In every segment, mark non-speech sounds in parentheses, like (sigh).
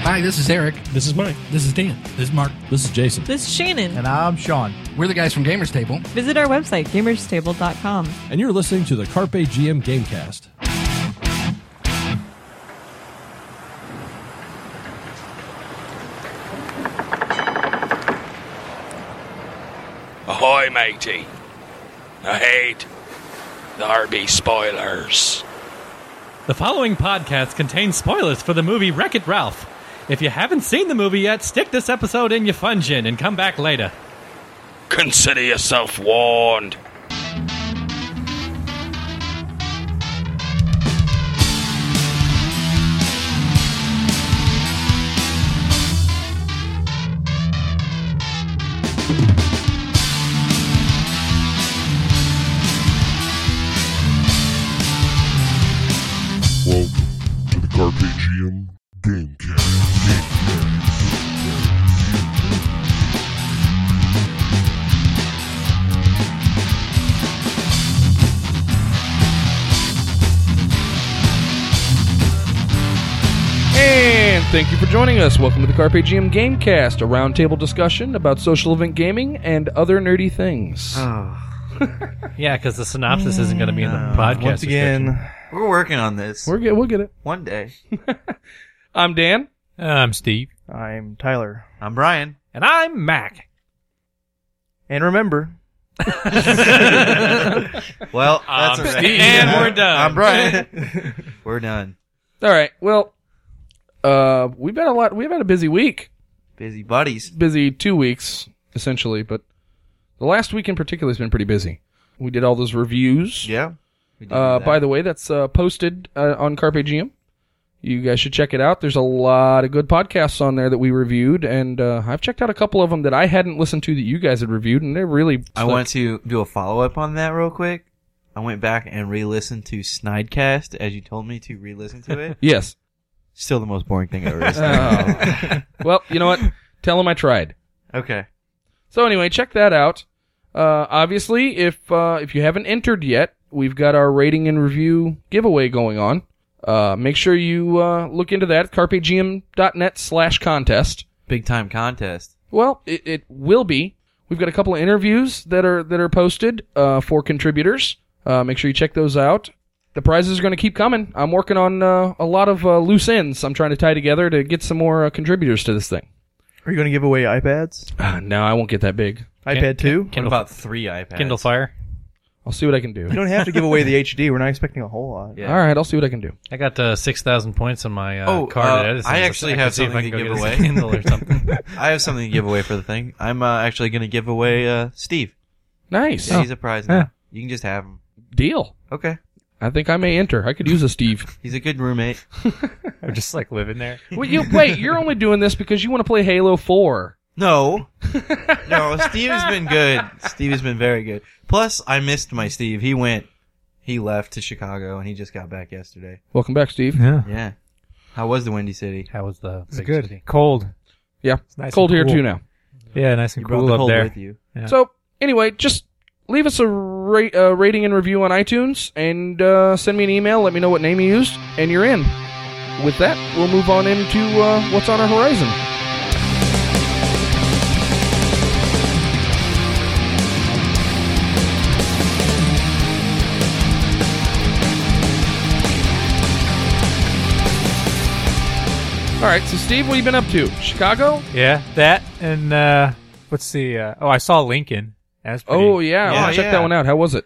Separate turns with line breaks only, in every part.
Hi, this is Eric.
This is mine.
This is Dan.
This is Mark.
This is Jason.
This is Shannon.
And I'm Sean.
We're the guys from Gamers Table.
Visit our website, gamerstable.com.
And you're listening to the Carpe GM Gamecast.
Ahoy, matey. I hate there be spoilers.
The following podcast contains spoilers for the movie Wreck It Ralph. If you haven't seen the movie yet, stick this episode in your fun gin and come back later.
Consider yourself warned.
Welcome to the Carpe Diem Gamecast.
And thank you for joining us. Welcome to the Carpe Diem Gamecast, a roundtable discussion about social event gaming and other nerdy things.
Uh.
Yeah, because the synopsis isn't going to be in the podcast.
Once again,
We're working on this.
We're get, we'll get it.
One day.
I'm Dan.
I'm Steve.
I'm Tyler.
I'm Brian.
And I'm Mac.
And remember,
(laughs)
(laughs)
Well, that's
I'm
all right.
Steve. And we're done.
I'm Brian. we're done.
All right. Well, uh, we've had a lot. We've had a busy week,
Busy buddies.
busy two weeks essentially, but the last week in particular has been pretty busy. We did all those reviews.
Yeah. We did
Uh,
that.
by the way, that's uh, posted uh, on Carpe Diem. You guys should check it out. There's a lot of good podcasts on there that we reviewed, and uh, I've checked out a couple of them that I hadn't listened to that you guys had reviewed, and they're really.
I want to do a follow up on that real quick. I went back and re listened to Snidecast as you told me to re listen to it.
Yes.
Still the most boring thing I ever listened
Oh. well, you know
(laughs)
what? Tell them I tried.
to. (laughs) Okay.
So anyway, check that out. Uh, obviously, if uh, if you haven't entered yet, we've got our rating and review giveaway going on. Uh, make sure you uh, look into that carpegm.net slash contest.
Big time contest.
Well, it, it will be. We've got a couple of interviews that are that are posted uh, for contributors. Uh, make sure you check those out. The prizes are going to keep coming. I'm working on uh, a lot of uh, loose ends. I'm trying to tie together to get some more uh, contributors to this thing. (sighs)
are you going to give away iPads?
Uh, no, I won't get that big.
iPad 2?
What about three
(laughs)
iPads?
Kindle Fire.
I'll see what I can do.
You don't have to give away the HD. We're not expecting a whole lot.
Yeah.
All right, I'll see what I can do.
I got uh, 6,000 points on my uh,
Oh,
card
uh,
at Edison.
I
so
actually
could
have
see if
something
I can
to
go
give
get a
away.
Kindle or
(laughs)
something.
(laughs) I have something to give away for the thing. I'm uh, actually going to give away uh, Steve.
Nice
Yeah, he's a prize now. You can just have him.
deal.
Okay.
I think I may enter. I could use a Steve. (laughs)
He's a good roommate.
I'm just like living there.
wait, you, wait, you're only doing this because you want to play Halo Four.
No. no, Steve has been good. Steve has been very good. Plus, I missed my Steve. He went, he left to Chicago and he just got back yesterday.
Welcome back, Steve.
yeah,
Yeah. How was the Windy City?
How was the
it's
big
good.
city?
Cold.
Yeah,
nice
cold
and
here
cool.
too now.
Yeah, nice and
You brought
cool
the
up
cold
there.
with you.
Yeah.
So anyway, just leave us a ra- uh, rating and review on iTunes, and uh, send me an email. Let me know what name you used, and you're in. With that, we'll move on into uh, what's on our horizon. All right, so Steve, what have you been up to? Chicago?
Yeah, that and uh, what's the? Uh, oh, I saw Lincoln. That's pretty.
Oh yeah,
Yeah,
I'll check
yeah.
that one out. How was it?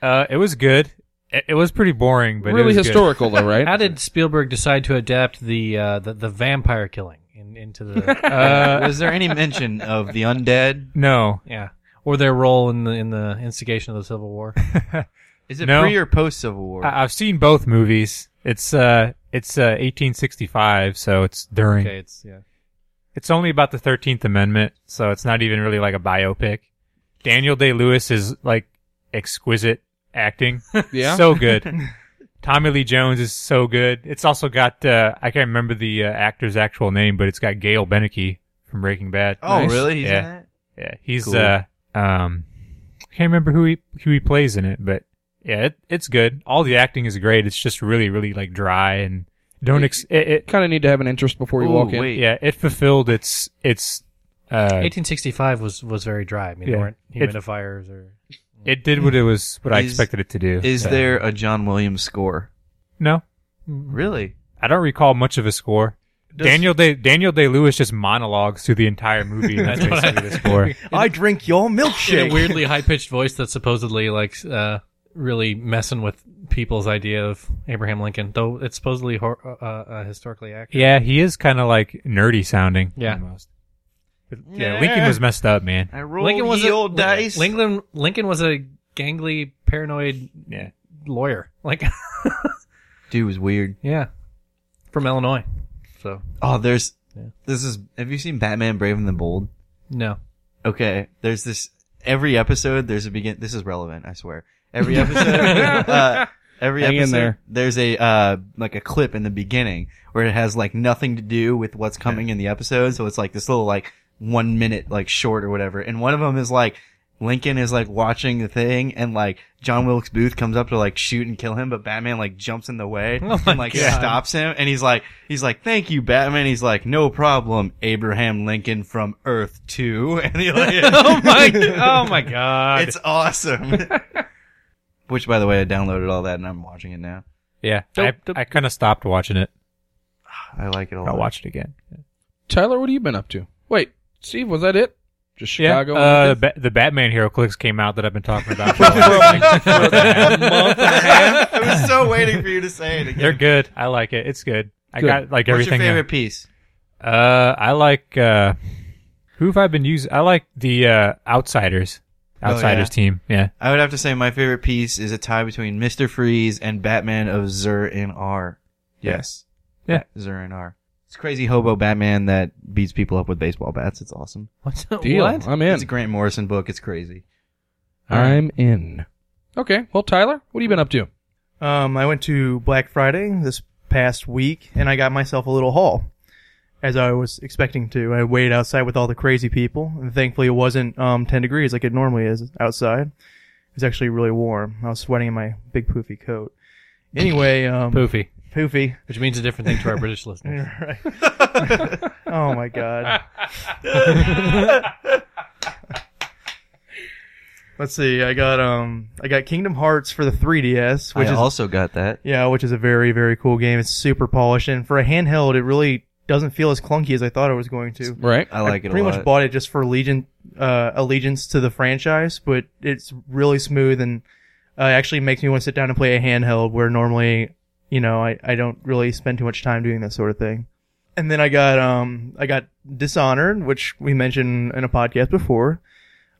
uh, it was good. It, it was pretty boring, but it
really
was good.
historical though, right?
How did Spielberg decide to adapt the uh, the, the vampire killing in, into
(laughs)
the
Uh,
Was there any mention of the undead?
no,
yeah or their role in the in the instigation of the Civil War?
Is it
No.
pre or post Civil War?
(laughs) I, I've seen both movies. It's uh, it's uh, 1865, so it's during.
Okay, it's yeah.
It's only about the 13th Amendment, so it's not even really like a biopic. Daniel Day Lewis is like exquisite acting.
Yeah?
So good. Tommy Lee Jones is so good. It's also got, uh, I can't remember the uh, actor's actual name, but it's got Gail Beneke from Breaking Bad.
oh,
Nice.
really? He's
Yeah.
in that?
Yeah. He's,
Cool.
uh, um, I can't remember who he, who he plays in (laughs) it, but yeah, it, it's good. All the acting is great. It's just really, really like dry and
Don't ex- it, it,
Kind of need to have an interest before you
Ooh,
walk in.
wait.
yeah, it fulfilled its its uh
1865 was was very dry. I mean,
Yeah.
there weren't
It-
humidifiers or
it did what it was what I
Is-
expected it to do.
Is
So-
there a John Williams score?
No.
Really?
I don't recall much of a score.
Does-
Daniel Day Daniel Day Lewis just monologues through the entire
(laughs)
movie and that's
That's what I-
basically the score.
I drink your
in
milkshake.
(laughs)
a weirdly high pitched voice that's supposedly like uh, really messing with people's idea of Abraham Lincoln, though it's supposedly hor- uh, uh, historically accurate.
Yeah, he is kind of like nerdy sounding.
Yeah.
Almost. Yeah, Lincoln was messed up, man.
I rolled Lincoln was
a-
old dice.
Lincoln Lincoln was a gangly, paranoid
Yeah.
lawyer. Like, (laughs)
Dude was weird.
yeah, from Illinois. So
Oh, there's this is. Have you seen Batman: Brave and the Bold?
no,
Okay, there's this every episode. There's a begin. This is relevant, I swear. Every episode, uh, every
Hang in
episode,
there.
there's a uh, like a clip in the beginning where it has like nothing to do with what's coming in the episode. So it's like this little like one minute like short or whatever. And one of them is like Lincoln is like watching the thing, and like John Wilkes Booth comes up to like shoot and kill him, but Batman like jumps in the
(laughs)
way
Oh
and like stops him, and he's like, he's like, "Thank you, Batman." He's like, "No problem, Abraham Lincoln from Earth 2. (laughs) And he
(laughs)
like,
oh my, oh my god,
it's awesome.
(laughs)
Which, by the way, I downloaded all that and I'm watching it now.
(laughs) Yeah. I, I kind of stopped watching it.
I like it a lot.
I'll watch it again.
Tyler, what have you been up to? Wait, Steve, was that it? Just Chicago?
Yeah.
and
Uh,
Lincoln?
ba- the Batman Hero Clicks came out that I've been talking about. For a while.
(laughs) I was so waiting for you to say it again.
They're good. I like it. It's good. I
Good.
got
What's
like
your
everything.
favorite piece?
Uh, I like uh, who have I been using? I like the uh, Outsiders,
Oh,
Outsiders
yeah.
team. Yeah,
I would have to say my favorite piece is a tie between Mr. Freeze and Batman of Zur and R. Yes.
Yeah.
Zur and R. It's crazy hobo Batman that beats people up with baseball bats. It's awesome.
What's
Deal.
what?
I'm
It's a
in.
Grant Morrison book. It's crazy.
I'm in. Okay. Well, Tyler, what have you been up to?
Um, I went to Black Friday this past week, and I got myself a little haul, as I was expecting to. I waited outside with all the crazy people, and thankfully it wasn't um, 10 degrees like it normally is outside. It was actually really warm. I was sweating in my big poofy coat. Anyway, um,
Poofy,
poofy.
which means a different thing to our British listeners.
(laughs) Right. (laughs) oh my god. (laughs) Let's see. I got um I got Kingdom Hearts for the 3DS, which
I
is
also got that.
yeah, which is a very very cool game. It's super polished and for a handheld it really doesn't feel as clunky as I thought it was going to.
Right.
I like it
pretty
a lot.
much bought it just for legion uh allegiance to the franchise, but it's really smooth and uh, actually makes me want to sit down and play a handheld where normally, you know, I, I don't really spend too much time doing that sort of thing. And then I got um I got Dishonored, which we mentioned in a podcast before.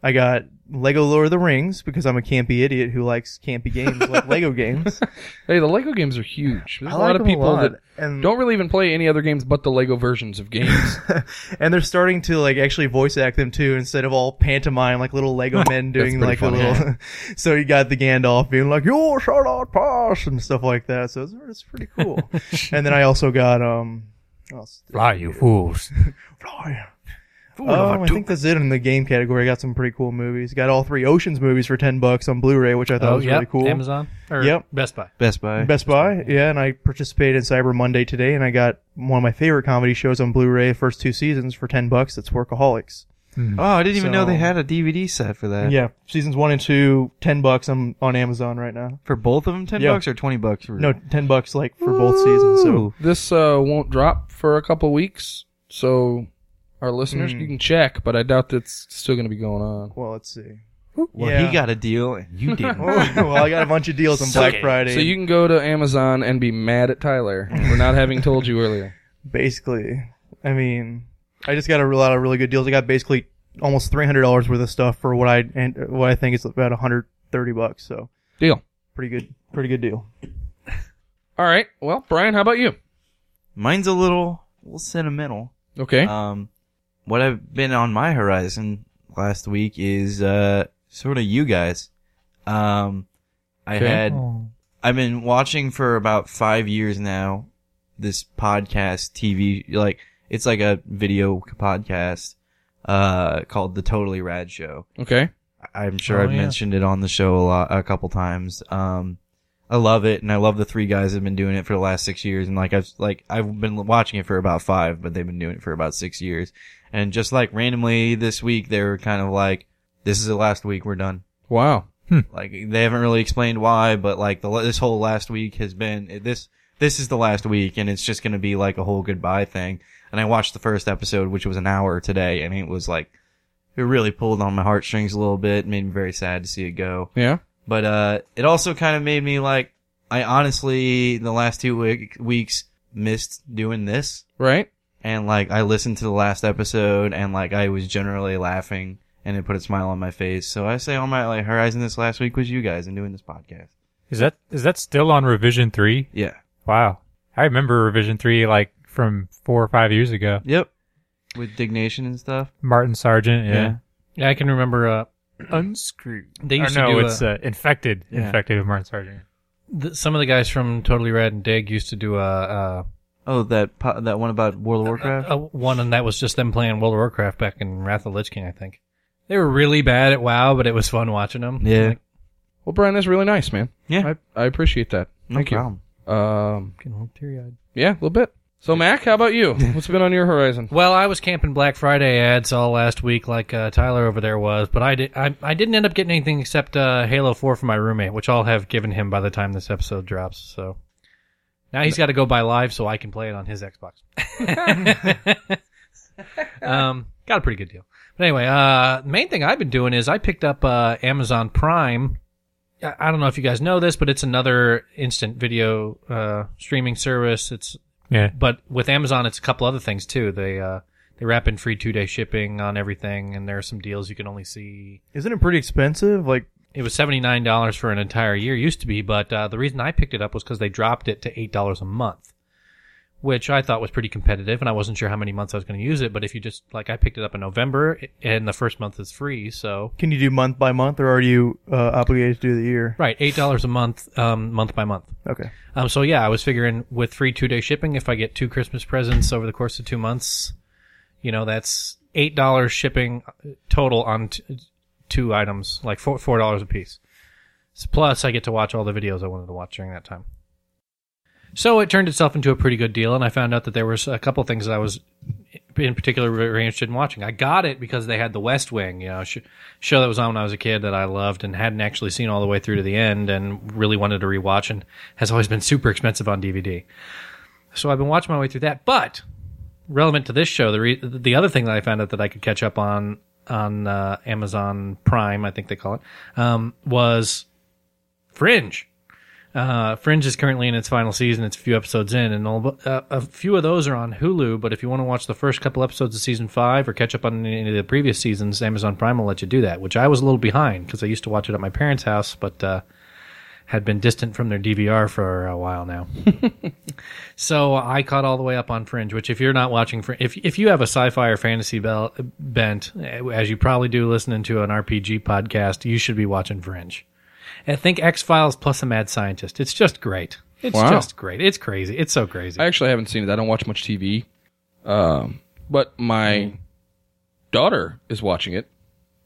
I got Lego Lord of the Rings because I'm a campy idiot who likes campy games
(laughs)
like Lego games.
Hey, the Lego games are huge. There's
I
a
like
lot of
them a
people
lot,
that
and-
don't really even play any other games but the Lego versions of games.
(laughs) and they're starting to like actually voice act them too instead of all pantomime like little
(laughs)
Lego men doing like a little. (laughs) so you got the Gandalf being like "You shall not pass" and stuff like that. So it's, it's pretty
(laughs)
cool. and then I also got um. what else did I
fly you fools.
Fly. Um, I think that's it in the game category. Got some pretty cool movies. Got all three Oceans movies for ten bucks on Blu-ray, which I thought
Oh,
was really cool.
Oh, Amazon or
Yep.
Best Buy.
Best Buy.
Best Buy, yeah, and I participated in Cyber Monday today, and I got one of my favorite comedy shows on Blu-ray, first two seasons for ten bucks. It's Workaholics.
Oh, I didn't even know they
So-
had a DVD set for that.
Yeah, seasons one and two, ten bucks on on Amazon right now.
For both of them, ten
Yeah.
bucks or twenty bucks? For...
No, ten bucks like for both seasons. So
this uh, won't drop for a couple weeks, so our listeners,
Hmm.
you can check, but I doubt that's still going to be going on.
well, let's see.
well,
yeah.
he got a deal and you didn't.
(laughs) Oh, well, I got a bunch of deals on Black Friday.
So you can go to Amazon and be mad at Tyler for not having told you earlier.
basically, I mean, I just got a lot of really good deals. I got basically almost three hundred dollars worth of stuff for what I and what I think is about hundred thirty bucks. So
Deal.
pretty good, pretty good deal.
(laughs) All right. Well, Brian, how about you?
Mine's a little, little sentimental.
Okay.
Um, what I've been on my horizon last week is uh sort of you guys. Um, I
Okay.
had I've been watching for about five years now. This podcast TV like it's like a video podcast uh called the Totally Rad Show.
okay.
I'm sure I've mentioned it on the show a lot, a couple times. Um,
I love it, and I love the three guys that have been doing it for the last six years. And like I've like I've been watching it for about five, but they've been doing it for about six years. And just like randomly this week, they were kind of like, "This is the last week. We're done."
Wow.
Like they haven't really explained why, but like the this whole last week has been this this is the last week, and it's just gonna be like a whole goodbye thing. And I watched the first episode, which was an hour today, and it was like it really pulled on my heartstrings a little bit, made me very sad to see it go.
Yeah.
But uh, it also kind of made me like I honestly the last two week- weeks missed doing this,
Right.
and like I listened to the last episode, and like I was generally laughing, and it put a smile on my face. So I say all my like horizon this last week was you guys and doing this podcast.
Is that is that still on revision three?
Yeah.
Wow. I remember revision three like from four or five years ago.
Yep. With dignation and stuff.
Martin Sargent. Yeah.
Yeah.
Yeah, I can remember. Uh,
Unscrewed.
They used to
no,
do
it's
a-
uh, infected.
Yeah.
Infected with Martin Sargent.
th- some of the guys from Totally Rad and Dig used to do a,
Oh, that po- that one about World of
a,
Uh,
Warcraft.
a one, and that was just them playing World of Warcraft back in Wrath of the Lich King, I think. They were really bad at WoW, but it was fun watching them.
Yeah.
uh,
Like,
Well, Brian, that's really nice, man.
Yeah.
I, I appreciate that.
No
Thank
problem.
you. Um,
getting teary-eyed.
yeah, a little bit. So, Mac, how about
(laughs)
you? What's been on your horizon?
Well, I was camping Black Friday ads all last week, like uh, Tyler over there was, but I, did, I I didn't end up getting anything except uh, Halo Four for my roommate, which I'll have given him by the time this episode drops. So now he's got to go buy live so I can play it on his Xbox. (laughs) um, got a pretty good deal. But anyway, uh, the main thing I've been doing is I picked up uh, Amazon Prime. I I don't know if you guys know this, but it's another instant video uh, streaming service. It's
Yeah.
but with Amazon, it's a couple other things too. They uh, they wrap in free two day shipping on everything, and there are some deals you can only see.
Isn't it pretty expensive? Like,
It was seventy nine dollars for an entire year, used to be, but uh, the reason I picked it up was because they dropped it to eight dollars a month, which I thought was pretty competitive, and I wasn't sure how many months I was going to use it. But if you just like, I picked it up in November, and the first month is free, so
can you do month by month, or are you uh, obligated to do the year?
right, eight dollars a month, um, month by month.
Okay.
Um, so yeah, I was figuring with free two day shipping, if I get two Christmas presents over the course of two months, you know, that's eight dollars shipping total on t- two items, like four four dollars a piece. S- Plus, I get to watch all the videos I wanted to watch during that time. So it turned itself into a pretty good deal, and I found out that there was a couple things that I was in particular very interested in watching. I got it because they had The West Wing, you know, sh- show that was on when I was a kid that I loved and hadn't actually seen all the way through to the end, and really wanted to rewatch, and has always been super expensive on DVD. So I've been watching my way through that, but relevant to this show, the re- the other thing that I found out that I could catch up on on uh, Amazon Prime, I think they call it, um, was Fringe. Uh, Fringe is currently in its final season. It's a few episodes in, and all, but, uh, a few of those are on Hulu. But if you want to watch the first couple episodes of season five or catch up on any of the previous seasons, Amazon Prime will let you do that. Which I was a little behind because I used to watch it at my parents' house, but uh, had been distant from their DVR for a
(laughs)
while now. So I caught all the way up on Fringe, which if you're not watching, Fringe, if if you have a sci-fi or fantasy bel- bent, eh, as you probably do, listening to an RPG podcast, you should be watching Fringe. And think X Files plus a mad scientist. It's just great. It's
Wow.
just great. It's crazy. It's so crazy.
I actually haven't seen it. I don't watch much TV. Um, but my daughter is watching it.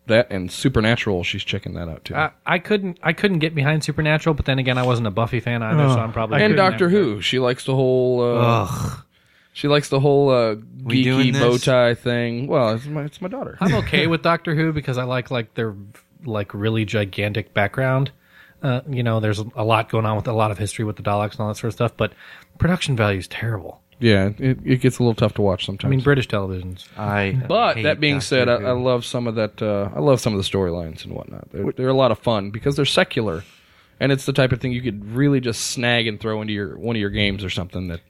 That and Supernatural, she's checking that out too.
I, I couldn't I couldn't get behind Supernatural, but then again, I wasn't a Buffy fan either, so I'm probably
and
good in
Doctor
that
Who, she likes the whole. Uh,
Ugh.
she likes the whole uh,
We doing
geeky
this?
bow tie thing. Well, it's my, it's my daughter.
I'm okay with Doctor Who because I like like their like really gigantic background. Uh, you know, there's a lot going on with a lot of history with the Daleks and all that sort of stuff, but production value is terrible.
Yeah, it, it gets a little tough to watch
I
sometimes.
mean, British television's
I.
But
hate
that being
Doctor
said, I,
Who.
I love some of that. Uh, I love some of the storylines and whatnot. They're, they're a lot of fun because they're secular, and it's the type of thing you could really just snag and throw into your one of your games or something that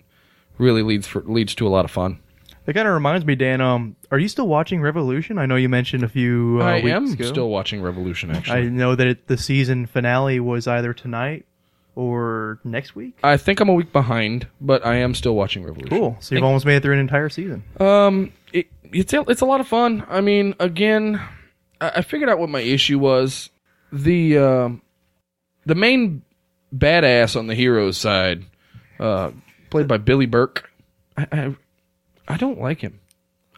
really leads for, leads to a lot of fun.
That kind of reminds me, Dan. Um, are you still watching Revolution? I know you mentioned a few. Uh,
I
weeks
am
ago.
still watching Revolution.
I
Actually,
know that it, the season finale was either tonight or next week.
I, think I'm a week behind, but I am still watching Revolution.
Cool. So you've almost made it through an entire season.
Um, it, it's a- it's a lot of fun. I mean, again, I, I figured out what my issue was. The um the main badass on the hero's side, uh, played by Billy Burke. I, I I don't like him.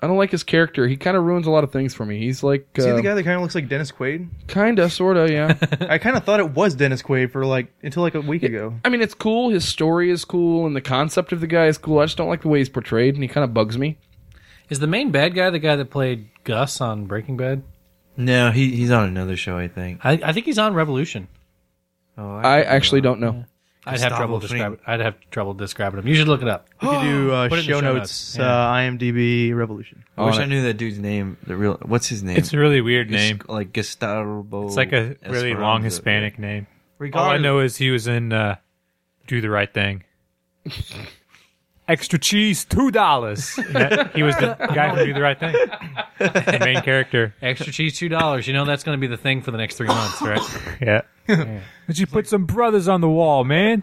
I don't like his character. He kind of ruins a lot of things for me. He's like uh,
See the guy that kind of looks like Dennis Quaid?
kinda, sorta, yeah.
(laughs) I kind of thought it was Dennis Quaid for like until like a week ago.
I mean, it's cool. His story is cool, and the concept of the guy is cool. I just don't like the way he's portrayed, and he kind of bugs me.
Is the main bad guy the guy that played Gus on Breaking Bad?
No, he he's on another show, I think.
I, I think he's on Revolution.
Oh,
I actually don't know.
I'd have
Gustavo
trouble
Fring.
describing. I'd have trouble describing him. You should look it up.
We could do uh,
Put it in the
show,
show
notes,
notes, yeah.
uh, IMDb Revolution.
I wish
on
I
it.
knew that dude's name. The real what's his name?
It's a really weird
Gus-
name.
like Gustavo.
It's like a really long Hispanic name. All I
Regardless,
know is he was in uh, Do the Right Thing. (laughs) Extra cheese, two (laughs) dollars. He was the guy from Do the Right Thing, the main character.
Extra cheese, two dollars. You know that's going to be the thing for the next three months,
(laughs)
right?
(laughs) Yeah. Did you put some brothers on the wall, man?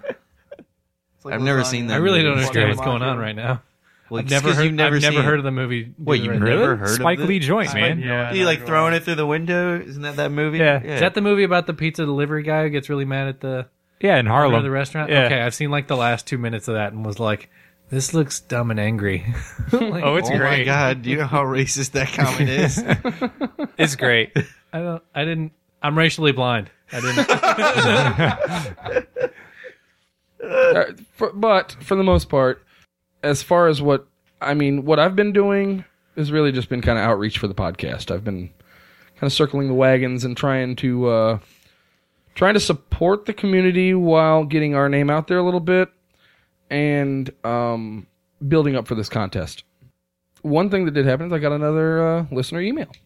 I've never seen that.
I really don't
movie.
understand
It's
what's going on right now.
Well,
I've
just
never
'cause
heard.
you've never
I've never
seen
heard
it.
of the movie.
Wait, you've
Right.
never heard
Spike
of
Lee
this?
joint, man.
Yeah,
He like throwing it through the window. Isn't that that movie?
Yeah.
Is that the movie about the pizza delivery guy who gets really mad at the
Yeah, in
owner
Harlem.
of the restaurant?
Yeah.
Okay, I've seen like the last two minutes of that and was like, "This looks dumb and angry." (laughs) Like,
Oh, it's
oh my
great.
god! Do you know how racist that comment is?
It's great.
I don't. I didn't. I'm racially blind. I didn't.
Uh, for, but for the most part, as far as what I mean, what I've been doing has really just been kind of outreach for the podcast. I've been kind of circling the wagons and trying to uh, trying to support the community while getting our name out there a little bit and um, building up for this contest. One thing that did happen is I got another uh, listener email.
(laughs)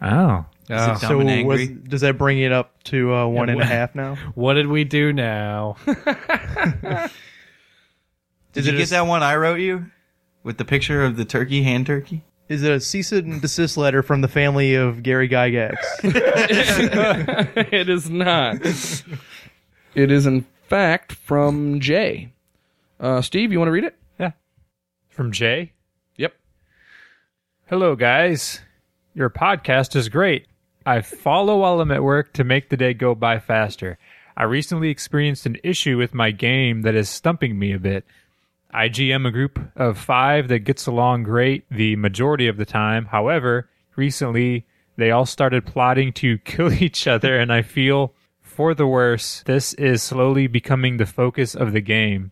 Oh,
Oh.
Dumb and
So was,
angry.
does that bring it up to uh, one and a
well-
half now?
What did we do now?
(laughs) Did you get that one I wrote you with the picture of the turkey, hand turkey?
Is it a cease and desist letter from the family of Gary Gygax?
(laughs) it is not. it is, in fact, from Jay. Uh, Steve, you want to read it?
from Jay.
Yep.
Hello, guys. Your podcast is great. I follow while I'm at work to make the day go by faster. I recently experienced an issue with my game that is stumping me a bit. I GM a group of five that gets along great the majority of the time. However, recently they all started plotting to (laughs) kill each other, and I feel for the worse. This is slowly becoming the focus of the game.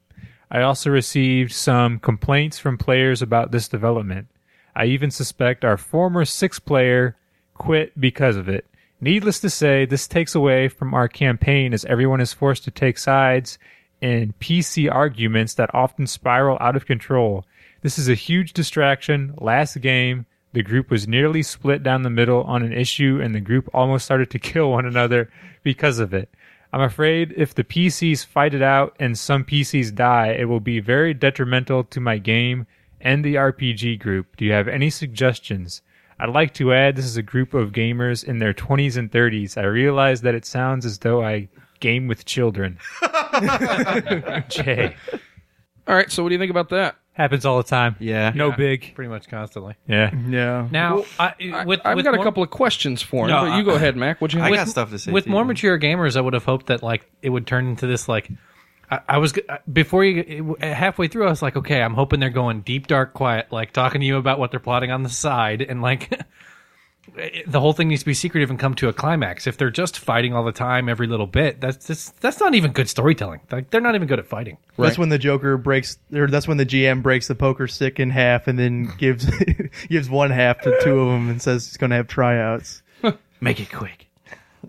I also received some complaints from players about this development. I even suspect our former six player quit because of it. Needless to say, this takes away from our campaign as everyone is forced to take sides in PC arguments that often spiral out of control. This is a huge distraction. Last game, the group was nearly split down the middle on an issue, and the group almost started to (laughs) kill one another because of it. I'm afraid if the PCs fight it out and some PCs die, it will be very detrimental to my game and the RPG group. Do you have any suggestions? I'd like to add this is a group of gamers in their 20s and 30s. I realize that it sounds as though I game with children. Jay.
All right. So, what do you think about that?
Happens all the time.
(laughs) Yeah.
No big.
Pretty much constantly.
Yeah.
yeah.
Now, I,
I,
with
I've
with
got a
more-
couple of questions for him,
No,
but you
I-
go ahead, Mac. What you
I
with-
got stuff to say.
with
to
more
you.
mature gamers, I would have hoped that like it would turn into this like. I, I was g- I- before you it w- halfway through. I was like, okay, I'm hoping they're going deep, dark, quiet, like talking to you about what they're plotting on the side, and like (laughs) it- the whole thing needs to be secretive and come to a climax. If they're just fighting all the time, every little bit, that's just, that's not even good storytelling. Like they're not even good at fighting.
That's when the Joker breaks, or that's when the GM breaks the poker stick in half and
(laughs)
then gives (laughs) gives one half to two of them and says he's going to have tryouts.
(laughs) Make it quick.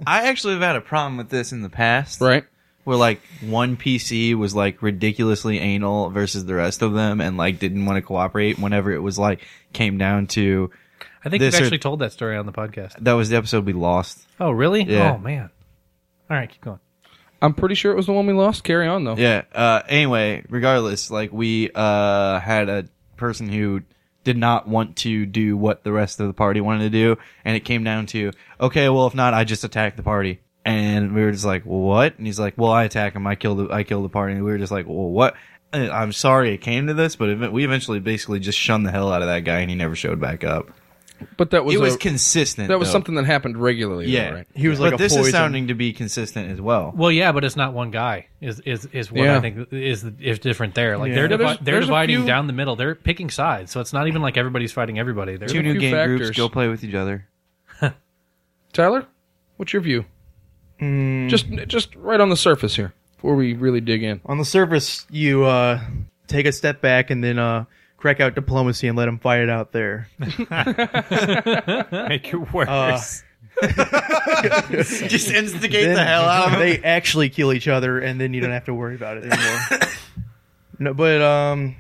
I actually have had a problem with this in the past.
right?
Where like one PC was like ridiculously anal versus the rest of them and like didn't want to cooperate whenever it was like came down to
I think
This
you've
or-
actually told that story on the podcast.
that was the episode we lost.
Oh, really?
Yeah.
Oh man. All right, keep going.
I'm pretty sure it was the one we lost. Carry on, though.
Yeah. Uh, anyway, regardless, like we uh, had a person who did not want to do what the rest of the party wanted to do, and it came down to okay, well, if not, I just attack the party. And we were just like, what? And he's like, well, I attack him. I kill the I kill the party. And we were just like, well, what? And I'm sorry it came to this, but ev- we eventually basically just shunned the hell out of that guy, and he never showed back up.
But that was
it was
a-
consistent.
that was
though.
something that happened regularly.
Yeah,
though, right?
He was like
but
a
this
poison.
is sounding to be consistent as well.
Well, yeah, but it's not one guy. Is is is what
Yeah.
I think is is different there. Like
Yeah.
they're
Yeah,
divi-
there's-
they're
there's a
dividing
few-
down the middle. They're picking sides, so it's not even like everybody's fighting everybody. They're
Two new
few
game
factors.
groups go play with each other.
Tyler, what's your view?
Hmm.
Just just right on the surface here before we really dig in.
on the surface, you uh, take a step back and then uh, crack out diplomacy and let them fight it out there.
Make it worse.
Uh, (laughs) Just instigate
Then
the hell out of it.
they actually kill each other, and then you don't have to worry about it
(laughs)
anymore. no, but um,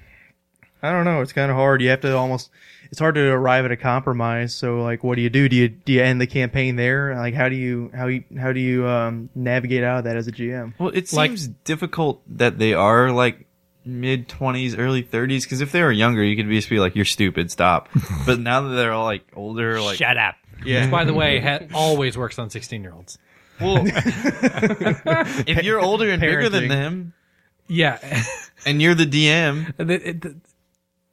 I don't know. It's kind of hard. You have to almost. It's hard to arrive at a compromise. So, like, what do you do? Do you do you end the campaign there? Like, how do you how you how do you um, navigate out of that as a GM?
Well, it
Like-
seems difficult that they are like mid twenties, early thirties. Because if they were younger, you could just be like, "You're stupid, stop." but now that they're all like older, like
Shut up.
Which,
yeah.
by
(laughs)
the way, ha- always works on sixteen year olds.
(laughs)
Well, if you're older and bigger than
Parenting.
them,
(laughs) Yeah,
and you're the DM,
And it- it-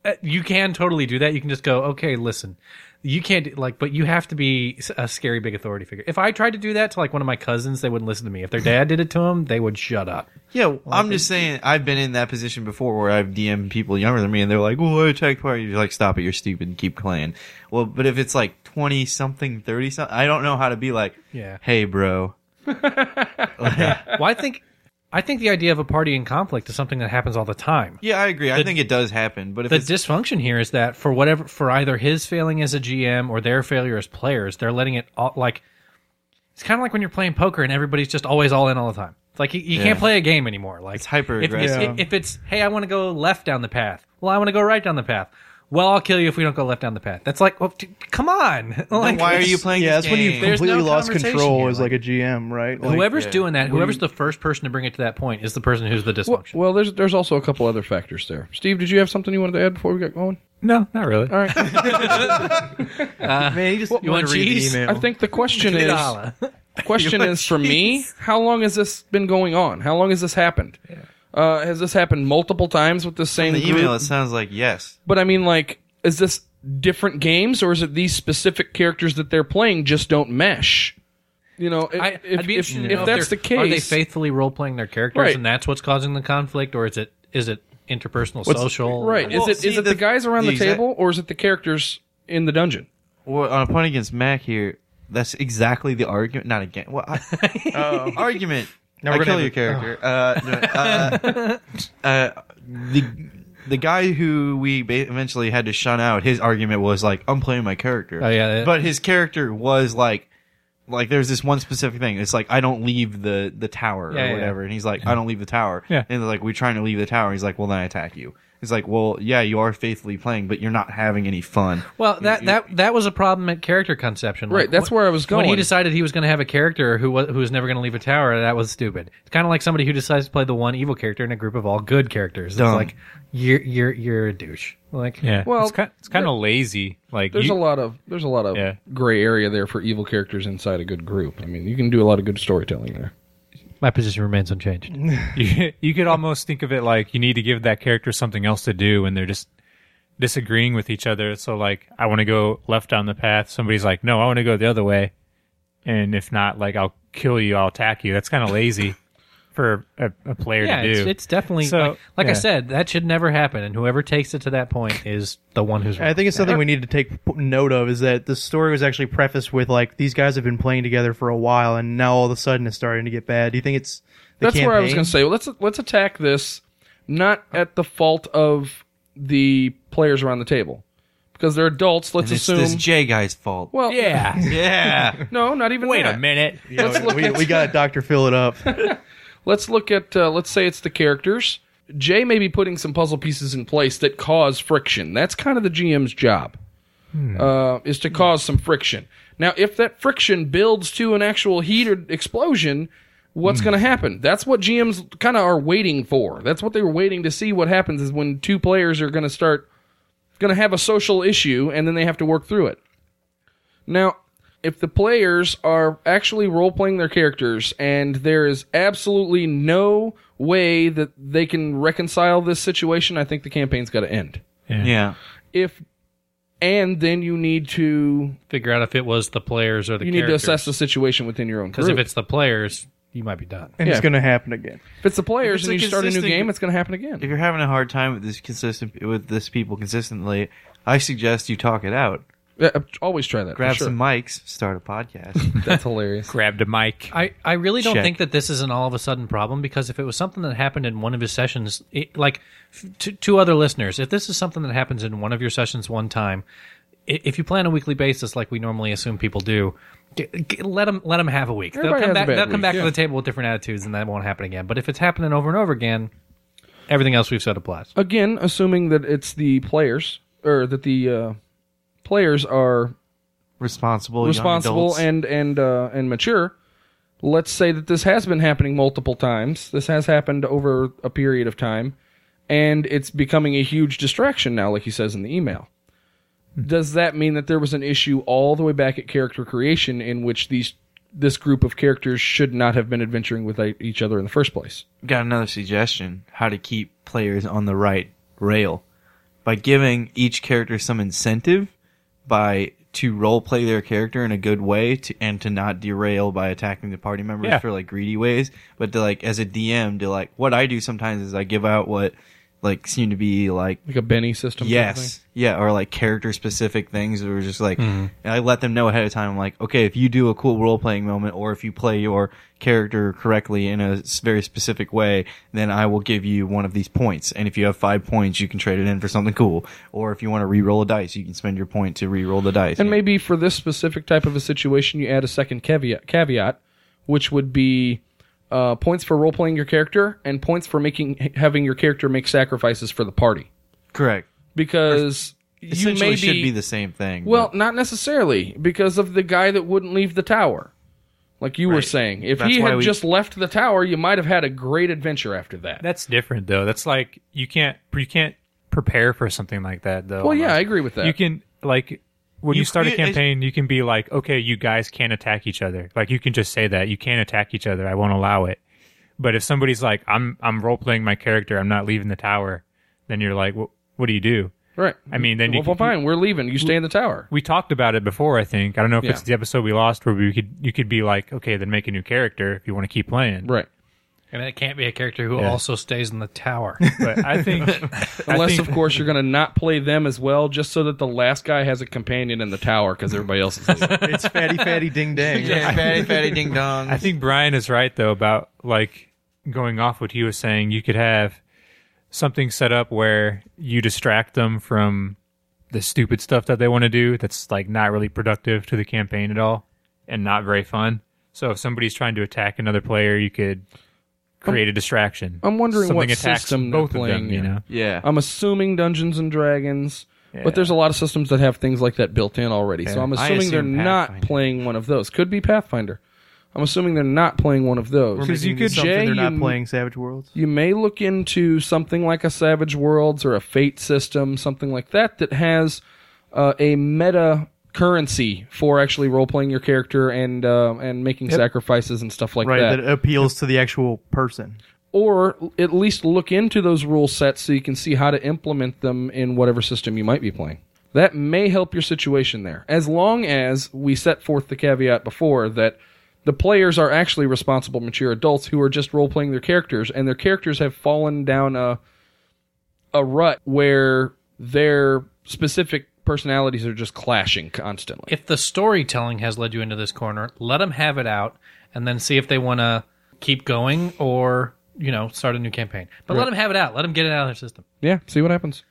uh, you can totally do that. You can just go, okay, listen, you can't do- like, but you have to be s- a scary big authority figure. If I tried to do that to like one of my cousins, they wouldn't listen to me. If their dad did it to them, they would shut up.
yeah, I'm just saying I've been in that position before where I've DM people younger than me, and they're like, "Well, I attacked party." You're like, "Stop it, you're stupid, and keep playing." Well, but if it's like twenty something, thirty something, I don't know how to be like,
Yeah.
"Hey, bro."
Well, I think, I think the idea of a party in conflict is something that happens all the time.
Yeah, I agree. I think it does happen, but if
The
it's
dysfunction here is that for whatever, for either his failing as a GM or their failure as players, they're letting it all like, it's kind of like when you're playing poker and everybody's just always all in all the time. It's like you, you can't
Yeah.
play a game anymore. Like
It's hyper
If,
aggressive.
if- if it's hey, I want to go left down the path. Well, I want to go right down the path. Well, I'll kill you if we don't go left down the path. That's like, well, dude, come on. (laughs) like,
Then why are you playing?
Yeah,
this
that's when you
game?
There's
completely
no
lost
conversation
control
here,
as
like-
like a GM, right? Like,
Whoever's
Yeah.
doing that, whoever's the first person to bring it to that point, is the person who's the
Well,
dysfunction.
well, there's there's also a couple other factors there. Steve, did you have something you wanted to add before we got going?
No, not really.
All right.
man, you just
you want
wanted to read the
cheese?
email.
I think the question is
Holla.
question is for me, how long has this been going on? How long has this happened? Uh, has this happened multiple times with the same
In the
group?
email, it sounds like yes.
But I mean, like, is this different games or is it these specific characters that they're playing just don't mesh? You know, if,
I,
if,
I'd be
if,
interested to
if
know
that's the
they're-
case,
are they faithfully role playing their characters,
Right.
and that's what's causing the conflict, or is it is it interpersonal, social,
right?
Well,
is it is
see,
it the,
the-
guys around the,
the exact-
table or is it the characters in the dungeon?
Well, on a point against Mac here, that's exactly the argument. Not again. Well, I, uh, argument.
Now we're
I
gonna
kill
have
your
a-
character. Uh, no, uh, uh, the the guy who we ba- eventually had to shun out. His argument was like, "I'm playing my character."
Oh, yeah, that-
But his character was like. Like there's this one specific thing. It's like I don't leave the the tower
Yeah, yeah,
or whatever, and he's like, I don't leave the tower.
Yeah.
And they're like, we're trying to leave the tower. He's like, well then I attack you. He's like, well yeah, you are faithfully playing, but you're not having any fun.
Well, that that that was a problem at character conception.
Right, that's
when-
where I was
When he
going.
decided he was going to have a character who was, who was never going to leave a tower, that was stupid. It's kind of like somebody who decides to play the one evil character in a group of all good characters.
Dumb.
It's like you're you're you're a douche. Like
Yeah.
Well,
it's kind, it's kind of lazy. Like
There's
you-
a lot of there's a lot of
Yeah.
gray area there for evil characters inside a good group. I mean, you can do a lot of good storytelling there.
my position remains unchanged.
you, (laughs) you could almost think of it like you need to give that character something else to do and they're just disagreeing with each other so like i want to go left down the path somebody's like no i want to go the other way and if not like i'll kill you i'll attack you that's kind of lazy (laughs) for a, a player
Yeah,
to do
it's, it's definitely
So,
like, like I
yeah.
said, that should never happen. And whoever takes it to that point is the one who's.
I
Wrong.
think it's something we need to take p- note of is that the story was actually prefaced with like these guys have been playing together for a while and now all of a sudden it's starting to get bad. Do you think it's the
That's where I was
campaign?
going to say. Well, let's let's attack this not at the fault of the players around the table because they're adults. Let's
It's
assume.
this J guy's fault.
well, (laughs)
yeah
yeah.
no, not even.
wait
that.
a minute
Let's look
we,
at
we got Doctor Fill it
(laughs)
up.
let's look at uh, let's say it's the characters. Jay may be putting some puzzle pieces in place that cause friction. That's kind of the GM's job, uh, is to cause some friction. Now, if that friction builds to an actual heated explosion, what's going to happen? That's what GMs kind of are waiting for. That's what they were waiting to see. What happens is when two players are going to start going to have a social issue, and then they have to work through it. Now, if the players are actually role playing their characters and there is absolutely no way that they can reconcile this situation, I think the campaign's got to end.
Yeah.
If and then you need to
Figure out if it was the players or the
you need to assess the situation within your own
because
group.
if it's the players, you might be done.
and
Yeah.
it's going to happen again.
If it's the players
If it's
and
a
you start a new
consistent-
game, it's going to happen again.
If you're having a hard time with this consistent with this people consistently, I suggest you talk it out.
Yeah, uh, always try that. for
Grab
sure.
some mics, start
(laughs)
a podcast.
That's
(laughs)
hilarious.
Grabbed a mic.
I, I really don't
Check.
think that this is an all of a sudden problem because if it was something that happened in one of his sessions, it, like f- to, to other listeners, if this is something that happens in one of your sessions one time, i- if you plan a weekly basis like we normally assume people do, g- g- let them let them have a week.
Everybody has a
they'll come back.
bad
They'll come
week,
back
yeah.
to the table with different attitudes, and that won't happen again. But if it's happening over and over again, everything else we've said applies.
Again, assuming that it's the players or that the uh, players are
responsible, young
responsible
adults.
and and uh, and mature. Let's say that this has been happening multiple times. This has happened over a period of time, and it's becoming a huge distraction now, like he says in the email. Does that mean that there was an issue all the way back at character creation in which these this group of characters should not have been adventuring with e- each other in the first place?
got another suggestion how to keep players on the right rail by giving each character some incentive by to role play their character in a good way to and to not derail by attacking the party members
Yeah.
for like greedy ways but to like as a dm to like what i do sometimes is i give out what like seem to be like
Like a Benny system? type thing?
Yes. Yeah, or like character specific things that were just like
Mm-hmm.
and I let them know ahead of time I'm like, okay, if you do a cool role playing moment or if you play your character correctly in a s- very specific way, then I will give you one of these points. And if you have 5 points, you can trade it in for something cool. Or if you want to re-roll a dice, you can spend your point to re-roll the dice.
And maybe for this specific type of a situation, you add a second caveat, caveat which would be uh, points for role playing your character and points for making having your character make sacrifices for the party.
correct.
Because you
Essentially
may
should be the same thing.
well,
(laughs)
not necessarily because of the guy that wouldn't leave the tower. Like you were saying, if
That's
he
why
had
we-
just left the tower, you might have had a great adventure after that.
That's different though. That's like you can't you can't prepare for something like that though.
well, yeah,
almost.
I agree with that.
You can like when you,
You
start a
create-
campaign, you can be like, okay, you guys can't attack each other. Like you can just say that you can't attack each other. I won't allow it. But if somebody's like, I'm I'm role playing my character. I'm not leaving the tower. Then you're like, well, what do you do?
right.
I mean, then you
well, well,
can-
fine. We're leaving. You stay in the tower.
We talked about it before. I think I don't know if
Yeah.
it's the episode we lost where we could you could be like, okay, then make a new character if you want to keep playing.
Right.
And it can't be a character who also stays in the tower.
But I
(laughs)
think I
Unless,
think,
of course, you're going to not play them as well, just so that the last guy has a companion in the tower because everybody
(laughs)
else is listening.
It's fatty, fatty, ding, dang.
yeah, fatty fatty ding dong.
I think Brian is right though about like going off what he was saying. You could have something set up where you distract them from the stupid stuff that they want to do. That's like not really productive to the campaign at all, and not very fun. So if somebody's trying to attack another player, you could create a distraction.
I'm wondering
something
what
attacks
system they're
both
playing
of them. You
in.
know,
(laughs) yeah.
I'm assuming Dungeons and Dragons, but there's a lot of systems that have things like that built in already. So I'm
I
assuming they're
assume
not
Pathfinder.
playing one of those. Could be Pathfinder. I'm assuming they're not playing one of those.
Because you
Making
could
something
Jay,
they're not
you-
playing Savage Worlds.
You may look into something like a Savage Worlds or a Fate system, something like that, that has uh, a meta currency for actually role playing your character and uh, and making sacrifices and stuff like
Right,
that.
that, appeals to the actual person.
or at least look into those rule sets so you can see how to implement them in whatever system you might be playing. That may help your situation there, as long as we set forth the caveat before that the players are actually responsible, mature adults who are just role playing their characters, and their characters have fallen down a a rut where their specific personalities are just clashing constantly.
if the storytelling has led you into this corner, let them have it out and then see if they want to keep going or, you know, start a new campaign. But let them have it out. Let them get it out of their system.
yeah, see what happens.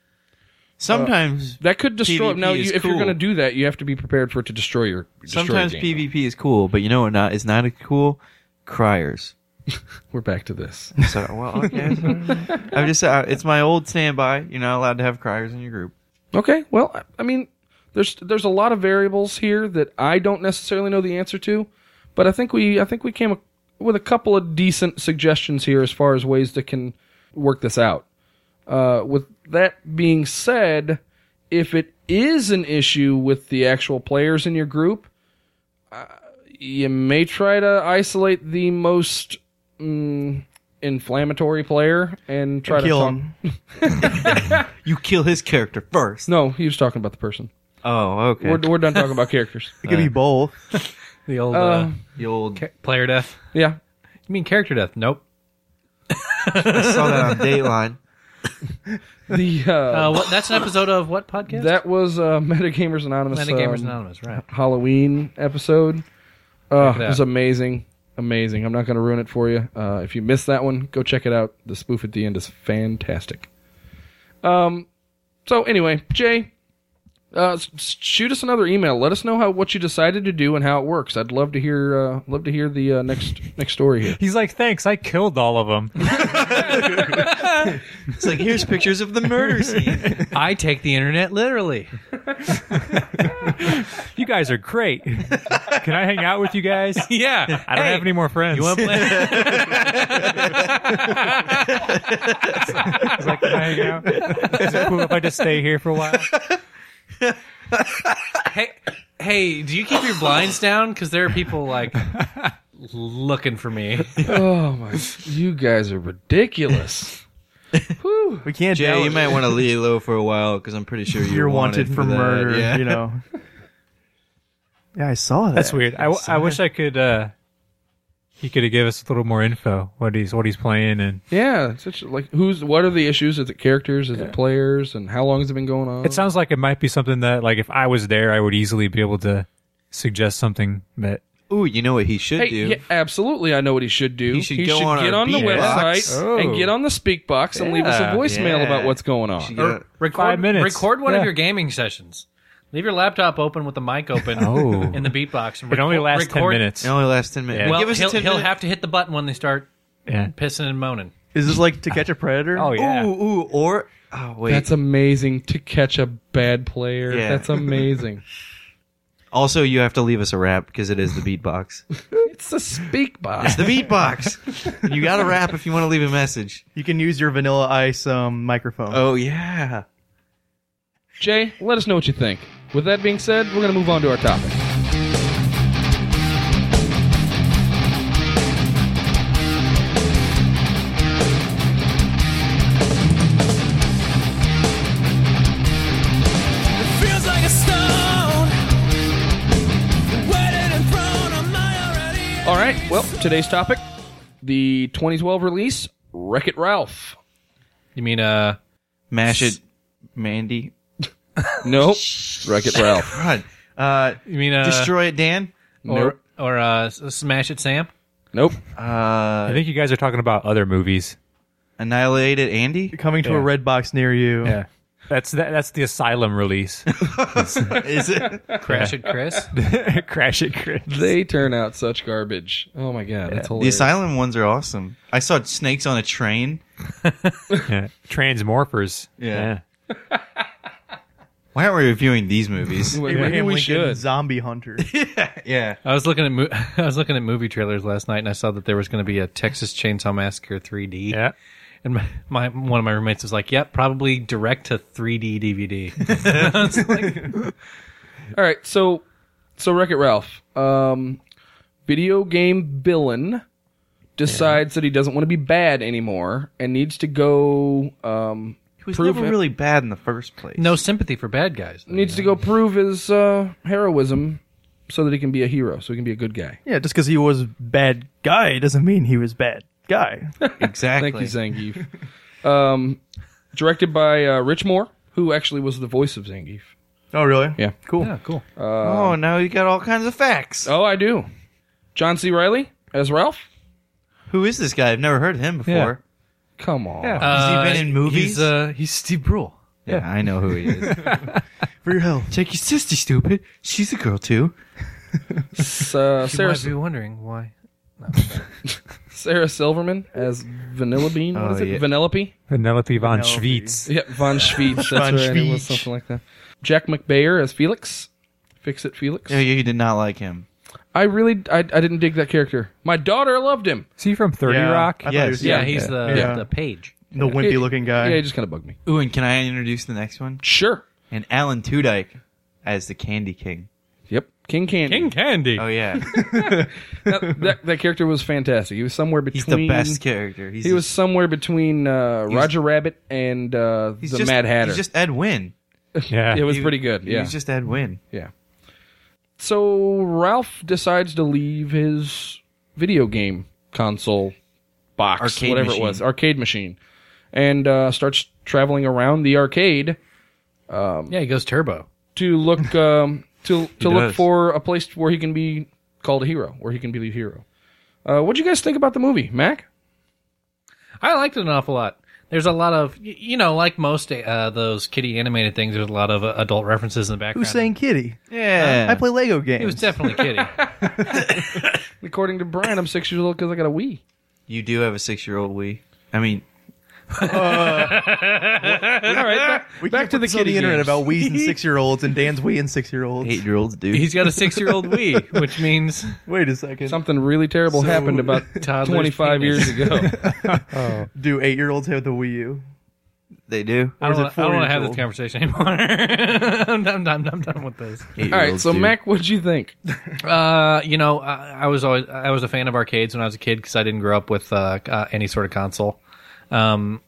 Sometimes
That could destroy.
PvP
now,
is
you, if you're
cool.
going to do that, you have to be prepared for it to destroy your. destroy your
sometimes
game.
PvP is cool, but you know what not is not a cool criers.
We're back to this.
(laughs)
So well, okay. I'm just uh, it's my old standby. You're not allowed to have criers in your group.
Okay. Well, I- I mean, there's there's a lot of variables here that I don't necessarily know the answer to, but I think we I think we came with a couple of decent suggestions here as far as ways that can work this out. Uh, with that being said, if it is an issue with the actual players in your group, uh, you may try to isolate the most mm, inflammatory player and try to
Kill
talk-
him.
(laughs) You kill his character first.
no, he was talking about the person.
Oh, okay. Uh,
We're, we're done talking about characters.
It could be both.
The old uh,
Um,
the old.
ca- player death.
yeah.
You mean character death? Nope.
I saw
(laughs)
that on Dateline.
The uh,
(laughs) Uh, what, that's an episode of what podcast?
that was uh, Metagamers Anonymous.
Metagamers
um,
Anonymous, right?
Halloween episode. Uh,
Check
it,
it
was
out.
amazing. Amazing. I'm not going to ruin it for you. Uh, if you missed that one, go check it out. The spoof at the end is fantastic. Um, so anyway, Jay, uh, s- s- shoot us another email. Let us know how what you decided to do and how it works. I'd love to hear uh, love to hear the uh, next next story here.
He's like, thanks, I killed all of them.
It's like here's pictures of the
(laughs)
murder scene.
(laughs) I take the internet literally.
you guys are great.
(laughs)
Can I hang out with you guys?
(laughs) Yeah.
I don't
Hey,
have any more friends.
You want to play?
It's like, can I hang out? Is it cool if I just stay here for a while?
hey, (laughs) hey, do you keep your blinds down? Because there are people (laughs) like looking for me.
(laughs) oh my! You guys are ridiculous. Whew.
We can't.
Jay,
tell
you
it.
might want to lay low for a while because I'm pretty sure you're,
You're wanted, for
that,
murder.
yeah.
You know. Yeah, I saw that.
Oh, That's weird. I, I wish I could. uh He could have given us a little more info what he's what he's playing and
Yeah, such like who's what are the issues? Is it characters? Is it players? And how long has it been going on?
It sounds like it might be something that, like, if I was there, I would easily be able to suggest something that.
Ooh, you know what he should
Hey,
do?
yeah, absolutely. I know what he should do.
He should go on
get
our
on the
beatbox.
website and get on the speak box and leave us a
Yeah.
voicemail
Yeah.
about what's going on.
Should get a-
Record,
Five minutes.
Record one
Yeah.
of your gaming sessions. Leave your laptop open with the mic open
(laughs) Oh.
in the beatbox. And
It only
record-
lasts ten
record-
minutes.
It only lasts ten minutes.
Well,
Give us
he'll,
a 10
he'll
minute-
have to hit the button when they start
Yeah.
pissing and moaning.
Is this like to catch a predator?
Oh yeah.
Ooh, ooh, or oh wait.
That's amazing to catch a bad player.
Yeah.
That's
(laughs)
amazing.
also, you have to leave us a rap because it is the beatbox.
it's a speak box.
it's the beatbox. you got to rap if you want to leave a message.
You can use your Vanilla Ice um, microphone.
Oh yeah.
Jay, let us know what you think. With that being said, we're going to move on to our topic. All right. Well, today's topic, the 2012 release, Wreck It Ralph.
You mean uh?
Mash it, Mandy.
Nope. Wreck It Ralph.
(laughs) God. Uh,
You mean uh?
destroy it, Dan.
or or uh? s- Smash it, Sam.
Nope.
Uh,
I think you guys are talking about other movies.
annihilate it, Andy.
Coming to
Yeah.
a red box near you.
Yeah. That's that, that's the Asylum
(laughs)
release.
(laughs) Is it?
Crash it, Chris.
Crash it, Chris.
They turn out such garbage. Oh my god, that's
The
hilarious.
asylum ones are awesome. I saw snakes on a train.
Yeah. Transmorphers.
Yeah. Why aren't we reviewing these
(laughs)
movies?
Well,
Abraham
Maybe we
Lincoln,
should.
Zombie
(laughs)
Hunter.
yeah.
(laughs) I was looking at mo- (laughs) I was looking at movie trailers last night, and I saw that there was going to be a Texas Chainsaw Massacre 3D.
Yeah.
And my, my one of my roommates was like, "Yep, probably direct to 3D
(laughs)
DVD."
All right, so so Wreck It Ralph, um, video game villain decides that he doesn't want to be bad anymore and needs to go um,
He was
prove
never
it-
really bad in the first place.
no sympathy for bad guys.
needs to go prove his uh, heroism so that he can be a hero, so he can be a good guy.
yeah, just because he was bad guy doesn't mean he was bad guy.
exactly.
Thank you, Zangief. um, directed by uh, Rich Moore, who actually was the voice of Zangief.
oh, really?
Yeah.
Cool.
Yeah, cool.
oh, now you got all kinds of facts.
Oh, I do. John C. Riley as Ralph.
Who is this guy? I've never heard of him before.
Come on.
Has he been in movies?
He's, uh, he's Steve Brule.
Yeah, I know who he is.
(laughs) For your health.
Check your sister, stupid. She's a girl too.
S- uh,
You
Sarah,
might be wondering why.
Sarah Silverman as Vanilla Bean. What
Oh,
is it?
yeah.
Vanellope?
(laughs) Penelope von Schweetz.
Yeah, Von
(laughs)
Schweetz. That's
Von
right. It was
Schweetz.
something like that. Jack McBayer as Felix. Fix it, Felix.
Yeah, you did not like him.
I really, I, I didn't dig that character. My daughter loved him.
Is he from 30
Yeah.
Rock?
I thought he
Yes.
was
Yeah,
Yeah,
he's
yeah,
the
yeah.
the page.
The wimpy
It-
looking
Yeah,
guy.
he just kind of bugged me.
Ooh, and can I introduce the next one?
Sure.
And Alan Tudyk as the Candy King.
Yep. King Candy.
King Candy.
Uh, (laughs)
Oh yeah,
That, that, that character was fantastic. He was somewhere between.
he's the best character. He's
He was somewhere between uh, Roger Rabbit and uh,
he's
the
just,
Mad Hatter.
He's just Ed Wynn.
Yeah.
It was
He-
pretty good.
He
Yeah.
was just Edwin.
Yeah. So Ralph decides to leave his video game console box,
Arcade
whatever
machine.
it was, arcade machine, and uh, starts traveling around the arcade um,
Yeah, he goes turbo.
to
(laughs)
look um, to to look
does.
for a place where he can be called a hero, where he can be the hero. Uh, what'd you guys think about the movie, Mac?
I liked it an awful lot. There's a lot of y- you know, like most uh, those kitty animated things. There's a lot of uh, adult references in the background.
Who's saying kitty?
Yeah.
I play Lego games.
It was definitely kitty.
According to Brian, I'm six years old because I got a Wii.
you do have a six year old Wii. I mean,
All right, back,
we
back
can't
to
put
the
this on
kitty
the internet
games.
about Wii's (laughs) and six year olds and Dan's Wii and six year olds.
eight year olds
(laughs)
do.
He's got a six year (laughs) old Wii, which means
Wait a second.
Something really terrible
So-
happened about
Toddler's
25 years ago.
Do eight year olds have the Wii U?
They do.
I
is
don't,
it
wanna- I don't want to have this
four-years-old?
conversation anymore. (laughs) I'm, done- I'm, done- I'm done with this.
All right, so Mac, what'd you think?
Uh, you know, I, I was always I was a fan of arcades when I was a kid because I didn't grow up with uh, uh, any sort of console. Um,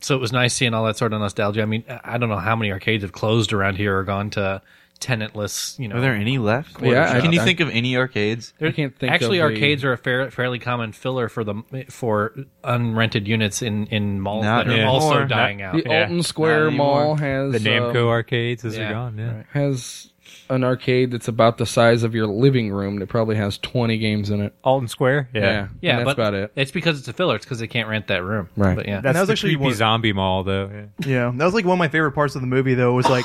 so it was nice seeing all that sort of nostalgia. I mean, I- I don't know how many arcades have closed around here or gone to tenantless. You know,
Are there any left?
Yeah, I-
Can you
I-
think of any arcades?
I can't think.
Actually,
of a-
arcades are a fair, fairly common filler for the for unrented units in in malls
Not
that are
anymore.
also
Not-
dying out.
The
Yeah.
Alton Square
Not anymore.
Mall has
The Namco
uh,
arcades, those
yeah.
are gone. Yeah.
has an arcade that's about the size of your living room that probably has 20 games in it.
Alton Square. Yeah.
yeah
yeah,
and
but
that's about it.
It's because it's a filler. It's because they can't rent that room.
Right.
But yeah,
And that was
the
actually
creepy
one-
zombie mall though. Yeah.
Yeah, that was like one of my favorite parts of the movie. Though was like,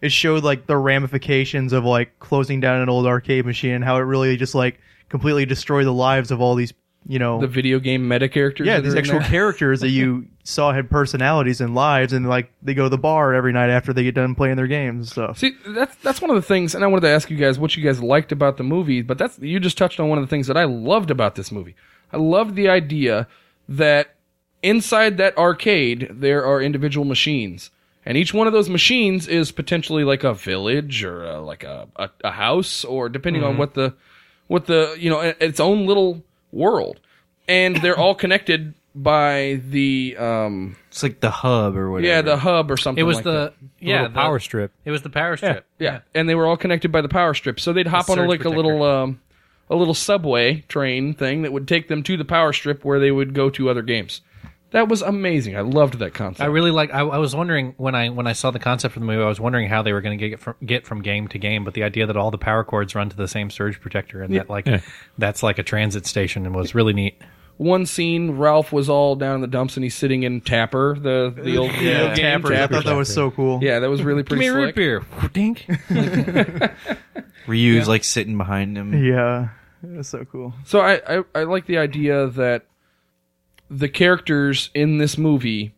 it showed like the ramifications of like closing down an old arcade machine and how it really just like completely destroyed the lives of all these you know
The video game meta characters.
yeah
that
these
are in
actual
there. (laughs)
characters that you saw had personalities and lives and like they go to the bar every night after they get done playing their games and stuff.
See, that's that's one of the things, and I wanted to ask you guys what you guys liked about the movie. But that's you just touched on one of the things that I loved about this movie. I loved the idea that inside that arcade there are individual machines, and each one of those machines is potentially like a village or a, like a, a a house, or depending
Mm-hmm.
on what the what the you know i- its own little world, and they're all connected by the um
It's like the hub or whatever.
yeah the hub or something.
it was
like that.
the yeah
Little
the-
power strip.
It was the power strip.
Yeah. and they were all connected by the power strip. So they'd hop on a,
surge
like a
protector.
little um, a little subway train thing that would take them to the power strip where they would go to other games. That was amazing. I loved that
I
concept.
really like. I, I was wondering when I when I saw the concept for the movie, I was wondering how they were going to get from, get from game to game. But the idea that all the power cords run to the same surge protector and that like that's like a transit station and was really neat.
One scene, Ralph was all down in the dumps and he's sitting in Tapper, the the old, the old game
Tappers, I thought that was so cool.
Yeah, that was really pretty slick.
beer, (laughs) dink.
Ryu's like sitting behind him.
yeah, it was so cool.
So I, I, I like the idea that the characters in this movie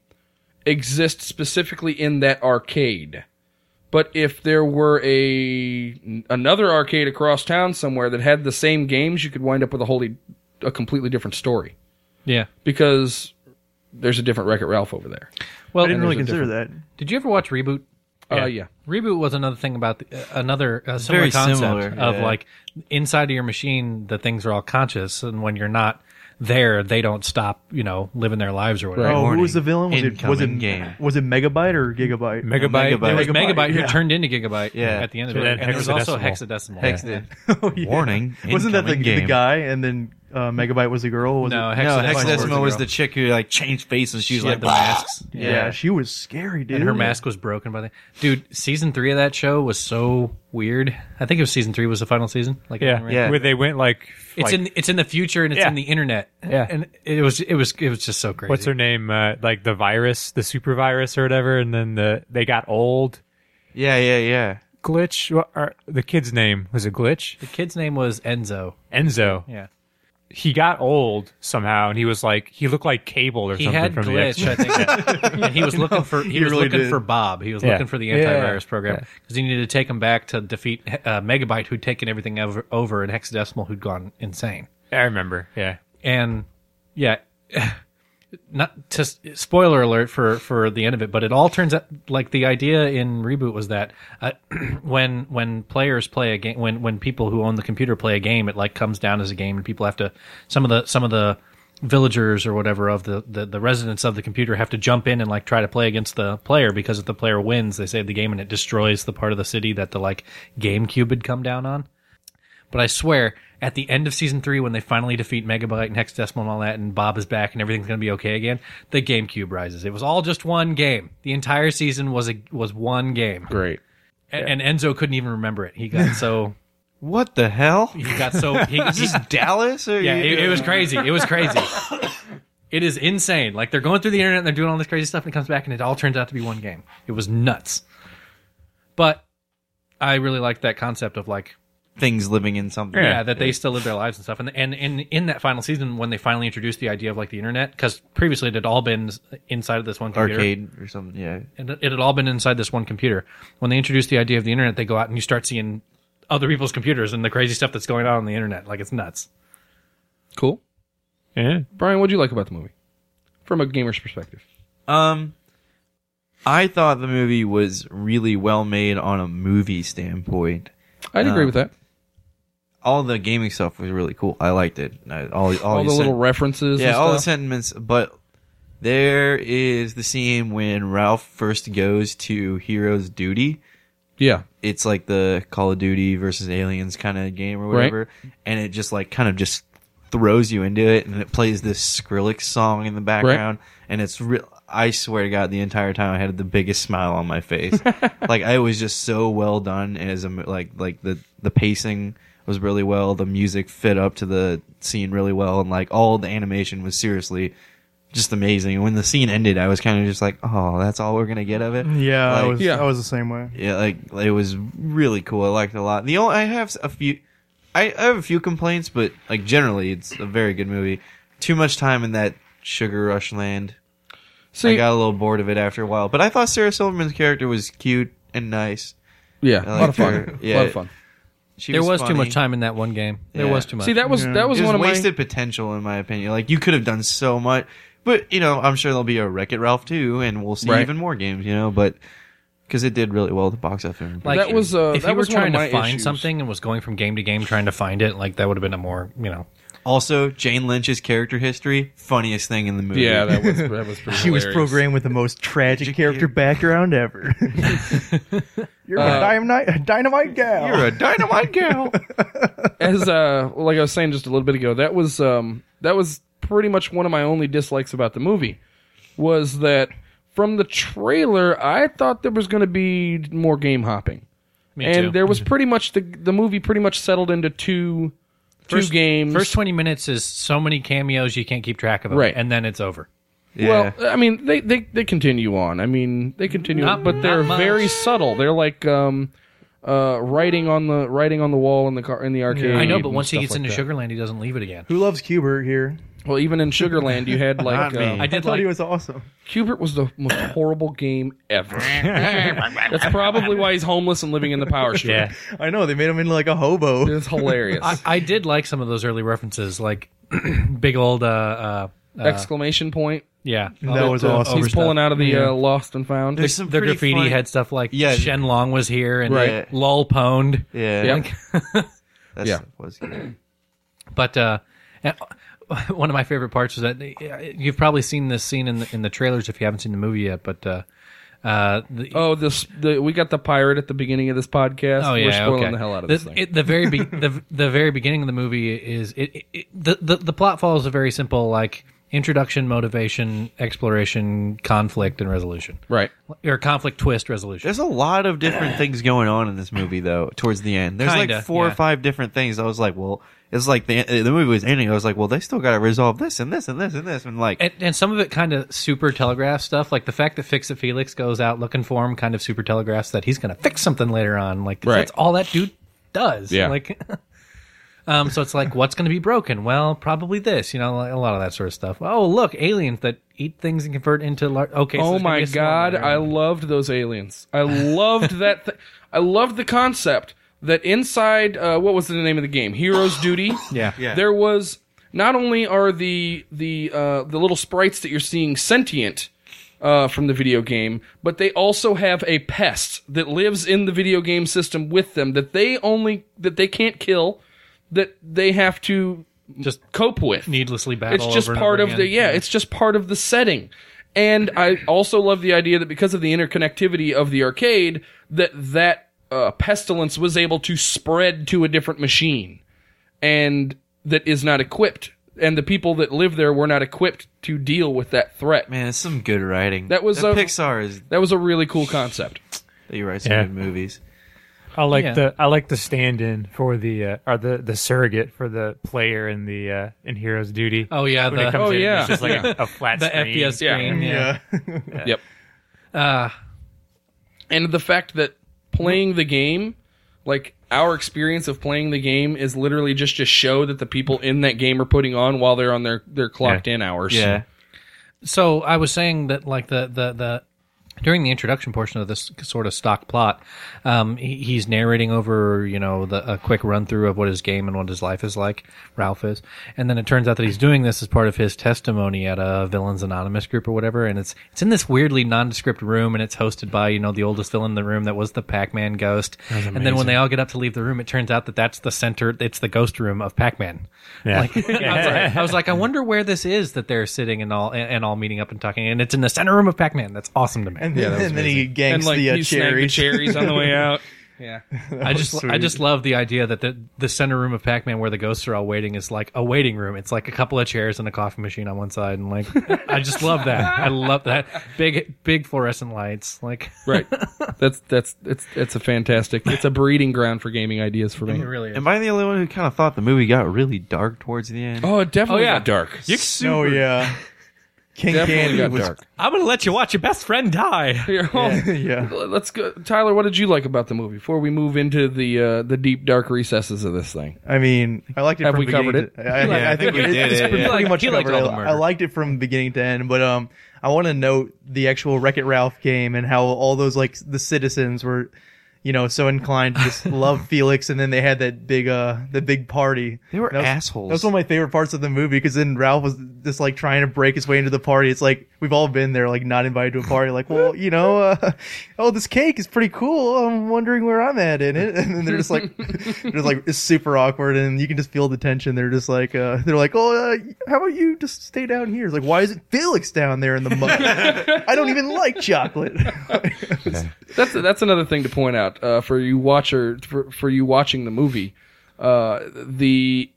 exist specifically in that arcade. But if there were a another arcade across town somewhere that had the same games, you could wind up with a wholly a completely different story
Yeah.
because there's a different Wreck-It Ralph over there.
Well,
I didn't really
there's a
consider that.
did you ever watch Reboot?
Yeah.
Yeah.
Uh, yeah.
Reboot was another thing about the, uh, another uh, similar
Very
concept
similar,
of
yeah.
like inside of your machine, the things are all conscious, and when you're not there, they don't stop, you know, living their lives or whatever.
Right.
Oh,
Warning.
who was the villain? Was it was
Incoming
it
game.
was it Megabyte or Gigabyte?
Megabyte.
Megabyte.
It was
Megabyte,
Megabyte,
yeah.
who turned into Gigabyte
Yeah.
at the end of
So
it,
then
and there was also
hexadecimal.
Hexadecimal.
Hex
Yeah.
did.
(laughs) Oh, yeah.
Warning.
Wasn't that the,
incoming
the
game.
guy and then uh, Megabyte was the girl? Was
No,
it-
No,
Hexadecimal,
Hexadecimal was
girl.
the chick who like changed faces. She was
She
like
had the masks.
Yeah. she was scary, dude.
and her mask was broken by the dude. Season three of that show was so weird. I think it was season three was the final season. Like I
Yeah.
remember.
Yeah.
Where they went like.
it's
like,
in it's in the future and it's
Yeah.
in the internet.
Yeah.
and it was it was it was just so crazy.
What's her name? Uh, like the virus, the super virus or whatever, and then the they got old.
Yeah, yeah, yeah.
Glitch. What, or, the kid's name was it Glitch?
The kid's name was Enzo.
Enzo.
Yeah,
He got old somehow, and he was like he looked like Cable or
he
something
had
from
glitch,
the
I
X. (laughs)
think, and he was looking for he,
he
was
really
looking
did.
for Bob. He was
Yeah.
looking for the
Yeah.
antivirus program because he needed to take him back to defeat uh, Megabyte, who'd taken everything over, over, and Hexadecimal, who'd gone insane.
I remember. Yeah.
and yeah (laughs) not to s- spoiler alert for for the end of it but it all turns out like the idea in reboot was that uh, (clears throat) when when players play a game when when people who own the computer play a game it like comes down as a game and people have to some of the some of the villagers or whatever of the, the the residents of the computer have to jump in and like try to play against the player because if the player wins, they save the game and it destroys the part of the city that the like GameCube had come down on. But I swear, at the end of season three, when they finally defeat Megabyte and Hexadecimal and all that, and Bob is back and everything's going to be okay again, the GameCube rises. It was all just one game. The entire season was a was one game,
Great.
A- and Enzo couldn't even remember it. He got so
What the hell?
he got so he,
(laughs) Is
he,
this Dallas?
(laughs)
Or
yeah,
you-
it, it was crazy. It was crazy. it is insane. Like they're going through the internet and they're doing all this crazy stuff, and it comes back and it all turns out to be one game. It was nuts. But I really liked that concept of like
things living in something.
yeah, that they still live their lives and stuff. And and in in that final season when they finally introduced the idea of like the internet, because previously it had all been inside of this one computer
arcade or something. Yeah,
and it had all been inside this one computer. When they introduced the idea of the internet, they go out and you start seeing other people's computers and the crazy stuff that's going on on the internet. Like it's nuts.
Cool.
Yeah.
Brian, what'd you like about the movie? From a gamer's perspective.
Um, I thought the movie was really well made on a movie standpoint.
I'd agree
Um,
with that.
All the gaming stuff was really cool. I liked it. I, all all,
All,
you
the
said-
little references
yeah,
and
all the
stuff.
sentiments. But there is the scene when Ralph first goes to Hero's Duty.
yeah.
It's like the Call of Duty versus Aliens kind of game or
Right.
whatever, and it just like kind of just throws you into it, and it plays this Skrillex song in the background, and it's real. I swear to God, the entire time I had the biggest smile on
(laughs)
my face. like I was just so well done as a mo- like like the the pacing was really well, the music fit up to the scene really well, and like all the animation was seriously just amazing. And when the scene ended, I was kind of just like, oh, that's all we're gonna get of it.
Yeah, I
Like,
was.
Yeah.
I was the same way.
yeah, like it was really cool. I liked it a lot. The only I have a few, I, I have a few complaints, but like generally, it's a very good movie. Too much time in that sugar rush land. I
See,
got a little bored of it after a while. But I thought Sarah Silverman's character was cute and nice.
yeah,
I
a lot of
liked
fun.
her.
A
Yeah.
lot of fun.
She
there was too
funny.
much time in that one game. There
Yeah.
was too much.
See, that was that was
It was
one of my
wasted potential, in my opinion. Like you could have done so much, but you know, I'm sure there'll be a Wreck It Ralph too, and we'll see
Right.
even more games. You know, but because it did really well at the box office.
like
that was, uh,
if
that
you
was
were
one of
trying
my
to find
issues.
something and was going from game to game trying to find it, like that would have been a more you know.
Also, Jane Lynch's character history, funniest thing in the movie.
Yeah, that was that
(laughs)
was pretty
She was
hilarious.
programmed with the most tragic character background ever. You're
Uh,
a dynamite, dynamite gal.
You're a dynamite girl.
(laughs) As uh like I was saying just a little bit ago, that was um that was pretty much one of my only dislikes about the movie was that from the trailer I thought there was going to be more game hopping.
Me
and
too.
there
Mm-hmm.
was pretty much the the movie pretty much settled into two
first,
two games.
First twenty minutes is so many cameos you can't keep track of them,
Right.
and then it's over.
yeah.
Well, I mean, they, they, they continue on. I mean, they continue,
Not-
on, but they're
not much.
very subtle. They're like um, uh, writing on the writing on the wall in the car in the arcade.
I know, but
and
once he
stuff
gets
like
into
that.
Sugarland, he doesn't leave it again.
Who loves Cubert here? uh,
well, even
(laughs)
in Sugarland, you had like
Not me.
um,
I
I
did
thought
like
he was awesome.
Cubert was the
(laughs)
most horrible game ever. That's probably why he's homeless and living in the power strip.
yeah.
I know they made him into like a hobo.
It's hilarious!
I, I did like some of those early references, like (clears throat) big old uh, uh, uh
Exclamation point!
yeah.
That was awesome.
He's pulling out of the uh, lost and found.
There's some
The
pretty
graffiti
fun-
had stuff like
Yeah.
Shen Long was here and
Right.
Lol Pwned.
Yeah.
Yep.
That
Yeah.
stuff was good.
But uh, and (laughs) one of my favorite parts was that uh, you've probably seen this scene in the, in the trailers if you haven't seen the movie yet. But uh, uh, the,
Oh, this the, we got the pirate at the beginning of this podcast.
Oh yeah,
We're spoiling
okay.
the hell out of
the,
this thing.
It, the
(laughs)
very be- the the very beginning of the movie is it, it, it the, the the plot follows a very simple like introduction, motivation, exploration, conflict, and resolution,
right.
or conflict twist resolution.
There's a lot of different things going on in this movie, though. Towards the end, there's
Kinda,
like four
yeah.
or five different things. I was like, well, it's like the the movie was ending. I was like, well, they still got to resolve this and this and this and this and like.
and, and some of it kind of super telegraph stuff, like the fact that Fix It Felix goes out looking for him, kind of super telegraphs that he's going to fix something later on. Like
Right.
that's all that dude does.
Yeah.
Like, (laughs) um, so it's like, what's going to be broken? Well, probably this. You know, like a lot of that sort of stuff. Oh, look, aliens that eat things and convert into large. Okay. so
Oh
there's gonna
my
be a small
god,
layer.
I loved those aliens. I loved (laughs) that. Th- I loved the concept that inside uh, what was the name of the game? Heroes Duty.
(laughs) yeah.
There was not only are the the uh, the little sprites that you're seeing sentient. Uh, from the video game, but they also have a pest that lives in the video game system with them that they only that they can't kill, that they have to
Just
cope with.
needlessly battle.
it's just
over and
part
over
of the
again.
yeah, it's just part of the setting. And I also love the idea that because of the interconnectivity of the arcade, that that uh, pestilence was able to spread to a different machine, and that is not equipped, and the people that live there were not equipped to deal with that threat.
Man, it's some good writing.
That was
That
a-
Pixar is
That was a really cool concept.
they write some
Yeah.
good movies.
I like
Yeah.
the I like the stand-in for the uh, or the the surrogate for the player in the uh, in Heroes Duty.
Oh yeah,
when it
the,
comes
Oh,
in,
yeah.
it's just like a, a flat
(laughs) the
screen.
FPS
Yeah.
screen. Yeah.
Yeah.
Yep.
Uh,
and the fact that playing the game like our experience of playing the game is literally just a show that the people in that game are putting on while they're on their, their clocked in hours.
Yeah.
so I was saying that like the the the during the introduction portion of this sort of stock plot, um, he, he's narrating over you know the, a quick run through of what his game and what his life is like. Ralph is, and then it turns out that he's doing this as part of his testimony at a Villains Anonymous group or whatever. And it's it's in this weirdly nondescript room, and it's hosted by you know the oldest villain in the room that was the Pac Man ghost. And then when they all get up to leave the room, it turns out that that's the center. It's the ghost room of Pac Man.
Yeah.
(laughs) Like, I, was like, I
(laughs)
was like, I wonder where this is that they're sitting and all and, and all meeting up and talking, and it's in the center room of Pac Man. That's awesome to me. (laughs)
And, then- and then
(laughs)
he ganks
And like
the uh,
you snag the
cherries.
(laughs) cherries on the way out.
I just I just love the idea that the the center room of Pac Man where the ghosts are all waiting is like a waiting room. It's like a couple of chairs and a coffee machine on one side, and like I just love that. I love that big big fluorescent lights. Like
Right. That's that's it's it's a fantastic it's a breeding ground for gaming ideas for me.
really, is.
Am I the only one who kind of thought the movie got really dark towards the end?
Oh, it definitely
Oh, yeah.
got dark.
Oh
(laughs)
yeah. King
Definitely
Candy
got
was
dark.
I'm gonna let you watch your best friend die.
(laughs) Here, well,
yeah.
Let's go Tyler, what did you like about the movie before we move into the uh, the deep dark recesses of this thing?
I mean, I liked it.
Have
from
we covered
beginning
it?
to- I, I- I think we did. It's
it,
pretty,
yeah.
pretty much
He liked
covered.
all the
I,
murder.
I liked it from beginning to end, but um, I want to note the actual Wreck It Ralph game and how all those like the citizens were, you know, so inclined to just love Felix, and then they had that big uh, the big party.
They were
That was-
assholes.
That's one of my favorite parts of the movie because then Ralph was just like trying to break his way into the party. It's like we've all been there, like not invited to a party. Like, well, you know, uh, (laughs) oh, this cake is pretty cool. I'm wondering where I'm at in it. (laughs) And then they're just like, they're just like it's super awkward, and you can just feel the tension. They're just like, uh, they're like, oh, uh, how about you just stay down here? It's like, why is it Felix down there in the mud? I don't even like chocolate. (laughs)
That's that's another thing to point out uh, for you watcher for, for you watching the movie. Uh, the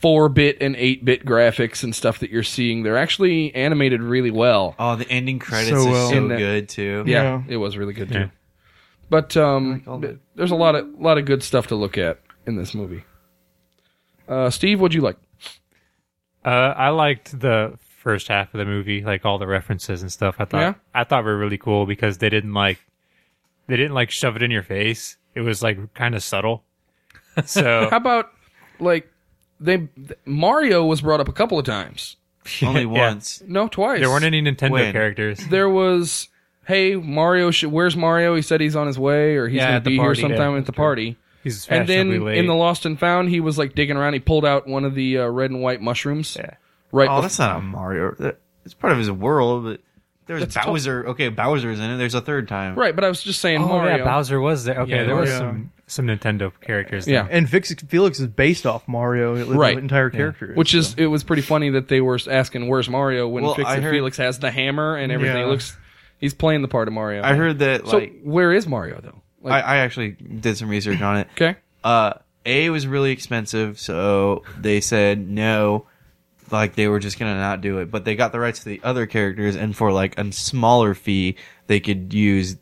four bit and eight bit graphics and stuff that you're seeing, they're actually animated really well.
(laughs) Oh, the ending credits
So
are
well.
so
In the-
good too.
Yeah, it was really good too. But um, th- there's a lot of lot of good stuff to look at in this movie. Uh, Steve, what'd you like?
Uh, I liked the first half of the movie, like all the references and stuff. I thought
Yeah?
I thought were really cool because they didn't like they didn't like shove it in your face. It was like kind of subtle. So
(laughs) How about like they th- Mario was brought up a couple of times.
Only
Yeah.
once.
No, twice.
there weren't any Nintendo
When?
characters.
There was hey Mario, sh- where's Mario? He said he's on his way or he's
Yeah,
gonna
at the
be here
party.
sometime
Yeah,
at the
that's true.
party.
He's
And then
fashionably late.
in the Lost and Found, he was like digging around. He pulled out one of the uh, red and white mushrooms.
Yeah.
Right.
Oh,
bef-
that's not a Mario. That- It's part of his world, but there's
That's tot-
Bowser. okay, Bowser's in it. There's a third time.
right. But I was just saying
oh
Mario.
yeah, Bowser was there. Okay,
Yeah,
there were
yeah.
some some Nintendo characters.
Yeah.
there.
and Fix- Felix is based off Mario. The
Right.
entire character.
Which is it was pretty funny that they were asking where's Mario when
Well,
Fix
I
It
heard-
Felix has the hammer and everything.
Yeah.
He looks he's playing the part of Mario.
I heard that.
so
Like,
where is Mario though?
I,
Like
I actually did some research on it.
(clears throat) okay.
Uh, a was really expensive, so they said no. Like they were just gonna not do it, but they got the rights to the other characters, and for like a smaller fee, they could use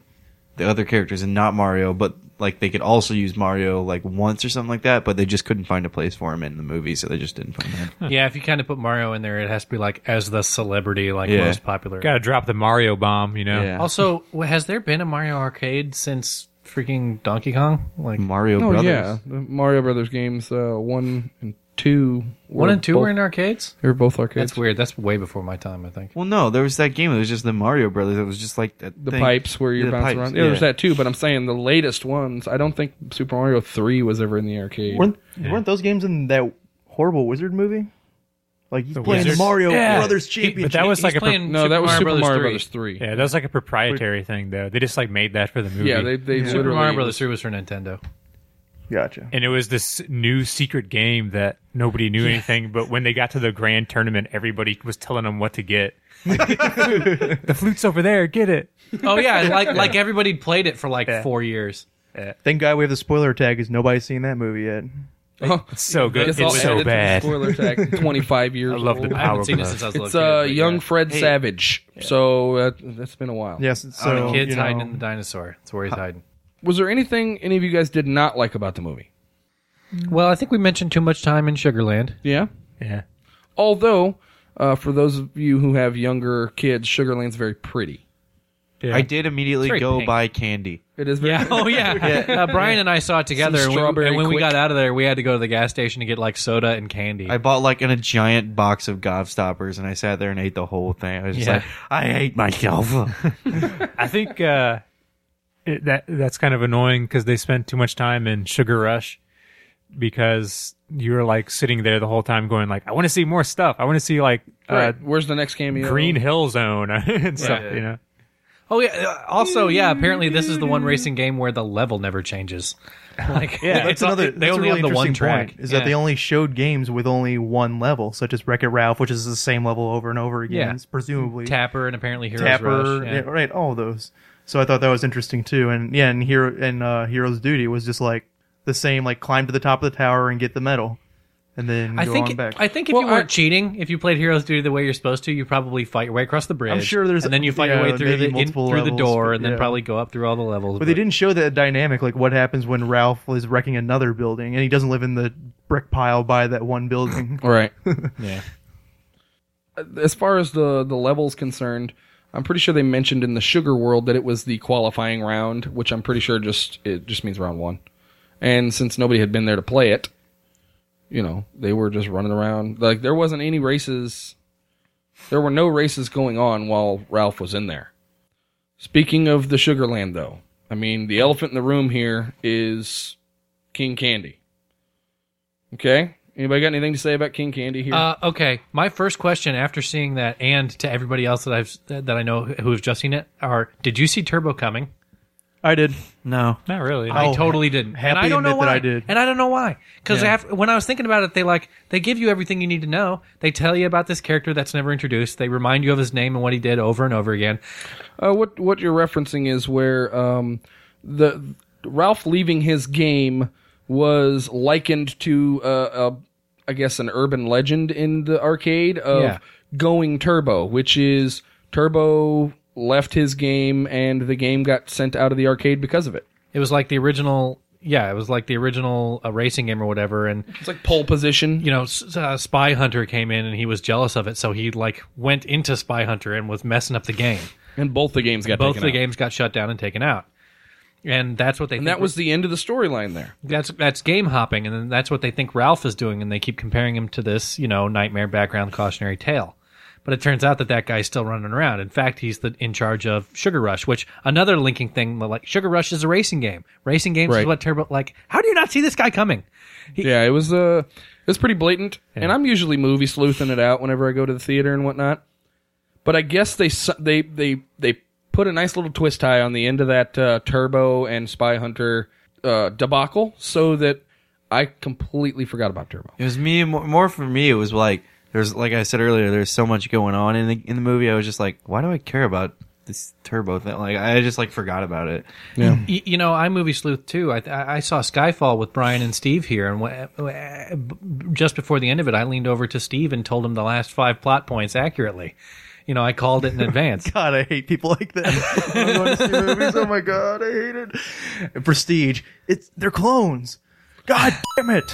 the other characters and not Mario, but like they could also use Mario like once or something like that. But they just couldn't find a place for him in the movie, so they just didn't put him in.
yeah, if you kind of put Mario in there, it has to be like as the celebrity, like
Yeah.
most popular.
Gotta drop the Mario bomb, you know.
Yeah.
Also, w- has there been a Mario arcade since freaking Donkey Kong? Like
Mario
Oh
Brothers.
yeah, the Mario Brothers games uh, one and two. Were
one and two
both,
were in arcades.
They were both arcades.
That's weird. That's way before my time, I think.
Well, no, there was that game. It was just the Mario Brothers. It was just like that
the
thing.
pipes where you're
The
bouncing
pipes,
around. Yeah, There's
yeah.
that too, but I'm saying the latest ones. I don't think Super Mario Three was ever in the arcade.
Weren't weren't those games in that horrible wizard movie? Like he's playing
Wizards?
the Mario
Yeah.
Brothers
But
Championship.
that was
He's
like a pro-
playing
no, that was Super Mario,
Brothers 3.
Brothers Three.
yeah, that was like a proprietary thing though. They just like made that for the movie.
Yeah, they they
Yeah.
(laughs) literally
Super Mario Brothers Three was for Nintendo.
Gotcha.
and it was this new secret game that nobody knew anything. But when they got to the grand tournament, everybody was telling them what to get. (laughs) the flute's over there. Get it.
(laughs) Oh yeah, like like everybody played it for like four years.
Thank God we have the spoiler tag because nobody's seen that movie yet.
It's so good.
It's
It's,
all added
so
to the
bad.
Spoiler tag. Twenty-five years.
I love
old.
the
I haven't
power
seen it
glove.
since I was a little
It's
kid,
uh,
but
young
yeah.
Fred
Hey,
Savage. So uh, that's been a while.
Yes. So
oh, the kid's
you know,
hiding in the dinosaur. That's where he's hiding.
Was there anything any of you guys did not like about the movie?
Well, I think we mentioned too much time in Sugarland.
Yeah.
Yeah.
Although, uh, for those of you who have younger kids, Sugarland's very pretty.
I did immediately
very
go
pink.
buy candy.
It is. Very
(laughs) (laughs) Yeah. Oh yeah. Uh, Brian and I saw it together,
Some
and, we-
strawberry
and when we
quick.
got out of there, we had to go to the gas station to get like soda and candy.
I bought like in a giant box of Gobstoppers, and I sat there and ate the whole thing. I was just
Yeah.
like, I
(laughs)
hate myself.
I think uh, it, that that's kind of annoying because they spent too much time in Sugar Rush because you were like sitting there the whole time going like, I want to see more stuff. I want to see like uh,
Right. Where's the next cameo?
Green Hill Zone (laughs) and stuff. You know.
oh yeah. uh, Also, yeah. Apparently, this is the one racing game where the level never changes. (laughs) Like, yeah,
That's another.
They
that's a
only
really
have the one
interesting
track.
point, Is that they only showed games with only one level, such as Wreck It Ralph, which is the same level over and over again,
Yeah.
presumably.
Tapper and apparently Heroes
Tapper,
Rush.
yeah, right? All of those. So I thought that was interesting too. And yeah, and Hero and uh, Hero's Duty was just like the same, like climb to the top of the tower and get the medal, and then
I
go on
think
back.
I think if you
Well, I-
weren't cheating, if you played Heroes Duty the way you're supposed to, you probably fight your way across the bridge.
sure there's-
and then you fight your way
yeah,
through
maybe
the in,
multiple
through the
levels,
door,
but
and then
yeah.
probably go up through all the levels.
but they didn't show that dynamic, like what happens when Ralph is wrecking another building and he doesn't live in the brick pile by that one
(laughs)
building.
All right.
Yeah.
As far as the the levels concerned, I'm pretty sure they mentioned in the Sugar World that it was the qualifying round, which I'm pretty sure just it just means round one. And since nobody had been there to play it, you know, they were just running around. Like there wasn't any races. There were no races going on while Ralph was in there. Speaking of the Sugarland, though, I mean the elephant in the room here is King Candy. Okay, anybody got anything to say about King Candy here?
Uh, okay, my first question after seeing that, and to everybody else that I've that I know who have just seen it, are: Did you see Turbo coming?
I did.
no,
Not really.
I totally didn't. and I
Oh, happy
don't know
admit
why.
that I did.
And I don't know why. Because when I was thinking about it, they like they give you everything you need to know. They tell you about this character that's never introduced. They remind you of his name and what he did over and over again.
Uh, what what you're referencing is where um, the Ralph leaving his game was likened to uh, uh, I guess an urban legend in the arcade of
Yeah.
going turbo, which is Turbo left his game and the game got sent out of the arcade because of it.
It was like the original. Yeah, it was like the original uh, racing game or whatever. And
It's like pole position.
you know, S- uh, Spy Hunter came in and he was jealous of it, so he like went into Spy Hunter and was messing up the game.
And both the games got
Both
taken
the
out.
games got shut down and taken out. And that's what they
And
think
that was the end of the storyline there.
that's that's game hopping, and then that's what they think Ralph is doing, and they keep comparing him to this, you know, nightmare background cautionary tale. But it turns out that that guy's still running around. In fact, he's the in charge of Sugar Rush, which another linking thing like Sugar Rush is a racing game. Racing games
Right.
is what Turbo like. How do you not see this guy coming?
Yeah, it was uh it was pretty blatant. And I'm usually movie sleuthing it out whenever I go to the theater and whatnot. But I guess they su- they they they put a nice little twist tie on the end of that uh, Turbo and Spy Hunter uh, debacle, so that I completely forgot about Turbo.
it was me. More, more for me, it was like there's like I said earlier, there's so much going on in the in the movie. I was just like, why do I care about this turbo thing? Like I just like forgot about it.
Y- you know, I movie sleuth too. I, I I saw Skyfall with Brian and Steve here, and w- w- just before the end of it, I leaned over to Steve and told him the last five plot points accurately. You know, I called it in advance.
God, I hate people like (laughs) that. When I'm going to see movies. Oh my god, I hate it. And Prestige. It's they're clones. (laughs) God damn it.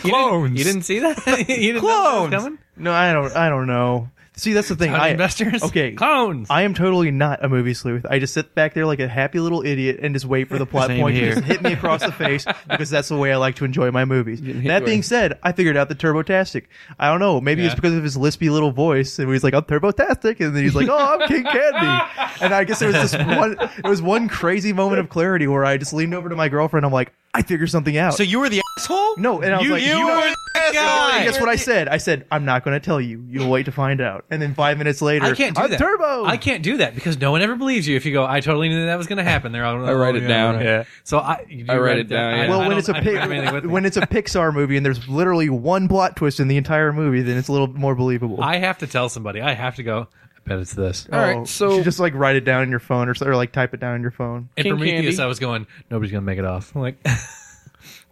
Clones.
You didn't see that? (laughs) you didn't know that was coming?
No, I don't. I don't know. See, that's the thing.
Clown
I,
investors?
Okay.
Clones.
I am totally not a movie sleuth. I just sit back there like a happy little idiot and just wait for the plot
Same
point
here.
to just hit me across the (laughs) face because that's the way I like to enjoy my movies. That being said, I figured out the TurboTastic. I don't know. Maybe it's because of his lispy little voice, and he's like, "I'm TurboTastic," and then he's like, "Oh, I'm King Candy." and I guess there was this one. There was one crazy moment of clarity where I just leaned over to my girlfriend. I'm like, I figure something out.
So you were the asshole?
No, and I was
you,
like,
you,
know
were
what?
the guy.
And guess what I said? I said I'm not going to tell you. You'll wait to find out. And then five minutes later,
I can't do
I'm
that.
Turbo.
I can't do that because no one ever believes you if you go. I totally knew that was going to happen. They're all.
I write
oh,
it
yeah,
down.
right."
Yeah.
So I. you
I write
read
it down, yeah.
I-
well,
I
when
don't-
it's a
I don't have anything
pic-
(laughs)
with me.
when it's a Pixar movie and there's literally one plot twist in the entire movie, then it's a little more believable.
I have to tell somebody. I have to go. I bet it's this.
All right,
Oh,
so-
you should just like write it down in your phone or, so- or like type it down in your phone.
In
King
Prometheus,
Candy.
I was going. Nobody's going to make it off.
(laughs)
I'm like,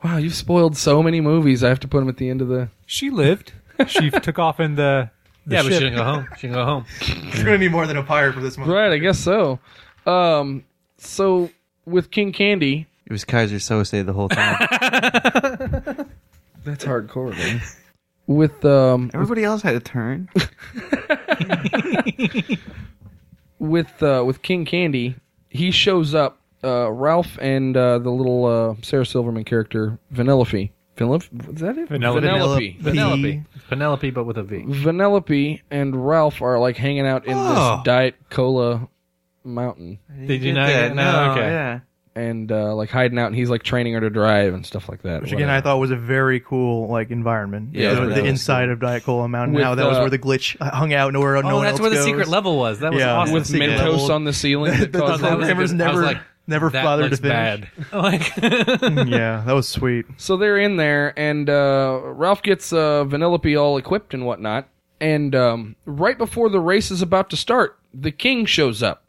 Wow, you've spoiled so many movies. I have to put them at the end of the.
She lived. She took off in the. the
yeah, but she
ship.
can go home. She can
(laughs)
go home.
(laughs) You're gonna need more than a pirate for this one.
Right, I guess so. Um, so with King Candy,
It was Kaiser Sose the whole time.
that's hardcore. With um,
Everybody else had a turn.
with uh, with King Candy, he shows up. Uh, Ralph and uh, the little uh, Sarah Silverman character, Vanellope. Vanellope? Is that it?
Vanellope.
Vanellope.
Penelope. Penelope, but with a V.
Vanellope and Ralph are like hanging out in
Oh.
this Diet Cola mountain
Did you not get no? Okay.
Yeah.
and uh, like hiding out, and he's like training her to drive and stuff like that.
Which again, I thought was a very cool like environment.
Yeah,
the,
that
the
was
inside of Diet Cola Mountain.
With,
How that was
uh,
where the glitch hung out, nowhere no
Oh,
one
that's
else
where the
goes.
secret level was. That was
Yeah.
awesome.
with
With secret
Mentos
level.
on the ceiling.
the,
that
the
caused
that was
programmers
good. I was
never
like,
never
that
bothered
looks
to finish.
bad. (laughs)
(laughs)
Like,
yeah, that was sweet.
So they're in there, and uh, Ralph gets uh, Vanellope all equipped and whatnot. And um, right before the race is about to start, the king shows up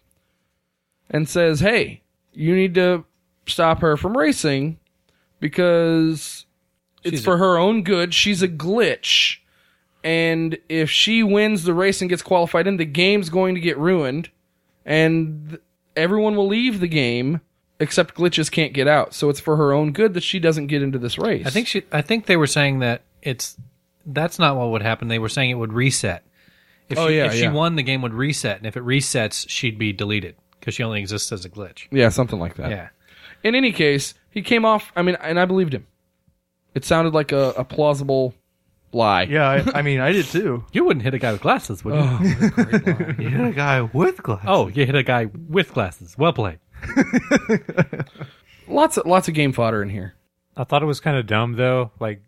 and says, "Hey, you need to stop her from racing because it's for her own good. She's a glitch, and if she wins the race and gets qualified in, the game's going to get ruined, and th- everyone will leave the game." Except glitches can't get out, so it's for her own good that she doesn't get into this race.
I think she. I think they were saying that it's. That's not what would happen. They were saying it would reset. If
Oh,
she,
yeah,
If she
yeah.
won, the game would reset, and if it resets, she'd be deleted because she only exists as a glitch.
Yeah, something like that.
Yeah.
In any case, he came off. I mean, and I believed him. It sounded like a, a plausible lie.
Yeah, Uh, I, I mean, I did too.
You wouldn't hit a guy with glasses, would you? Oh,
You had a guy with glasses.
you hit a guy with glasses. Well played.
Lots of lots of game fodder in here.
(laughs) I thought it was kind of dumb though. Like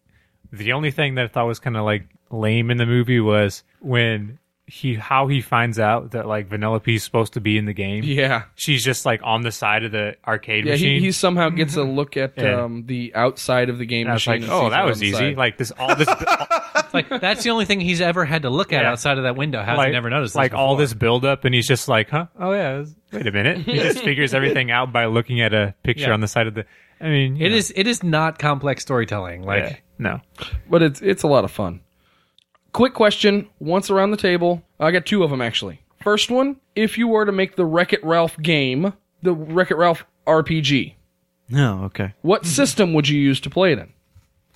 the only thing that I thought was kind of like lame in the movie was when he how he finds out that like Vanellope's supposed to be in the game.
Yeah.
She's just like on the side of the arcade
Yeah, he,
machine. Mm-hmm.
he somehow gets a look at
Yeah.
um, the outside of the game
and I was
machine.
like,
and
oh,
sees
that
it
was
on the
easy.
side.
Like this,
(laughs)
all this,
Like that's the only thing he's ever had to look at
Yeah.
outside of that window. How's
like,
he never noticed?
like
this
all
before?
this buildup, and he's just like, huh? Oh yeah. it was- wait a minute.
(laughs)
He just figures everything out by looking at a picture
Yeah.
on the side of the. I mean,
It is. It is not complex storytelling. Like
no.
but it's it's a lot of fun. Quick question, once around the table. I got two of them actually. First one, if you were to make the Wreck It Ralph game, the Wreck It Ralph RPG,
No, okay.
Mm-hmm.
what system would you use to play it in?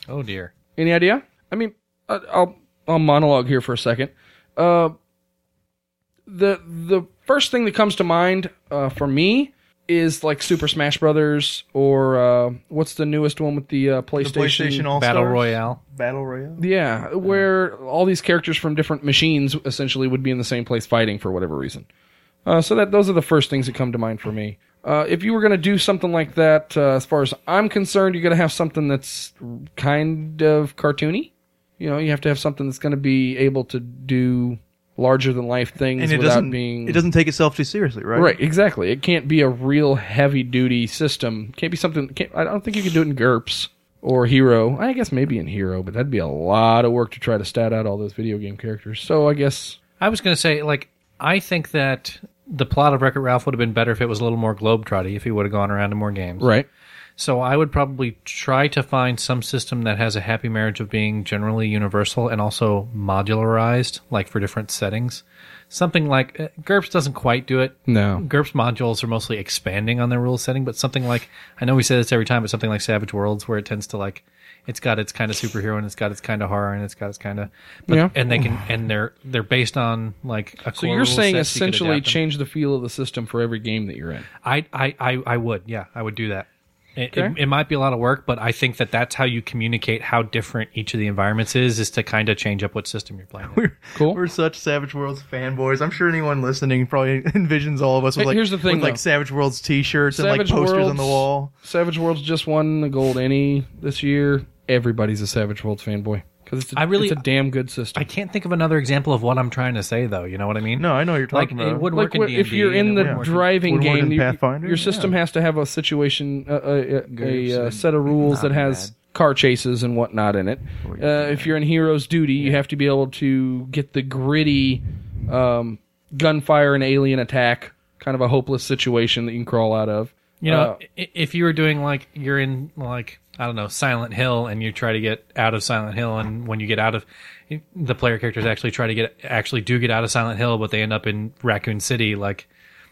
oh dear.
Any idea? I mean, I- I'll I'll monologue here for a second. Uh, the the first thing that comes to mind uh, for me is like Super Smash Brothers or uh, what's the newest one with the uh,
The
PlayStation?
PlayStation All
Battle Royale.
Battle Royale.
yeah, where all these characters from different machines essentially would be in the same place fighting for whatever reason. Uh, so that those are the first things that come to mind for me. Uh, if you were going to do something like that, uh, as far as I'm concerned, you're going to have something that's kind of cartoony. You know, you have to have something that's going to be able to do larger than life things
And it
without
doesn't
being
it doesn't take itself too seriously, right?
right. Exactly, it can't be a real heavy duty system. Can't be something. Can't, I don't think you can do it in GURPS or Hero. I guess maybe in Hero, but that'd be a lot of work to try to stat out all those video game characters. So I guess
I was going to say, like, I think that the plot of Record Ralph would have been better if it was a little more globetrotty, if he would have gone around to more games.
right.
So I would probably try to find some system that has a happy marriage of being generally universal and also modularized, like for different settings. Something like uh, GURPS doesn't quite do it.
No.
GURPS modules are mostly expanding on their rule setting, but something like I know we say this every time, but something like Savage Worlds, where it tends to like it's got its kind of superhero and it's got its kind of horror and it's got its kind of but
Yeah.
and they can and they're they're based on like a
So
core
you're
rule
saying
set, so you could
essentially
adapt them.
change the feel of the system for every game that you're in.
I, I I I would yeah I would do that It, it, it might be a lot of work, but I think that that's how you communicate how different each of the environments is, is to kind of change up what system you're playing. in.
Cool.
We're such Savage Worlds fanboys. I'm sure anyone listening probably (laughs) envisions all of us with
Hey,
like
here's the thing,
with like
though.
Savage Worlds t-shirts and like
Savage
posters on
Worlds-
the wall.
Savage Worlds just won the gold any this year. Everybody's a Savage Worlds fanboy because it's, a-
I really-
it's a damn good system.
(laughs) I can't think of another example of what I'm trying to say, though. You know what I mean?
No, I know what you're
like
talking
it
about.
would
like
work in
what- if
D&D,
you're in
and it would
the
work
driving
Would work
game,
in
you-
Pathfinder?
your system has to have a situation, uh, a,
Groups
a, a, uh
and
set of rules that
not Oh,
has car chases and whatnot in it. Uh, if you're in Heroes Duty, you have to be able to get the gritty um, gunfire and alien attack, kind of a hopeless situation that you can crawl out of.
You know,
Uh,
i- if you were doing like you're in like I don't know Silent Hill, and you try to get out of Silent Hill, and when you get out of the player characters actually try to get actually do get out of Silent Hill, but they end up in Raccoon City. Like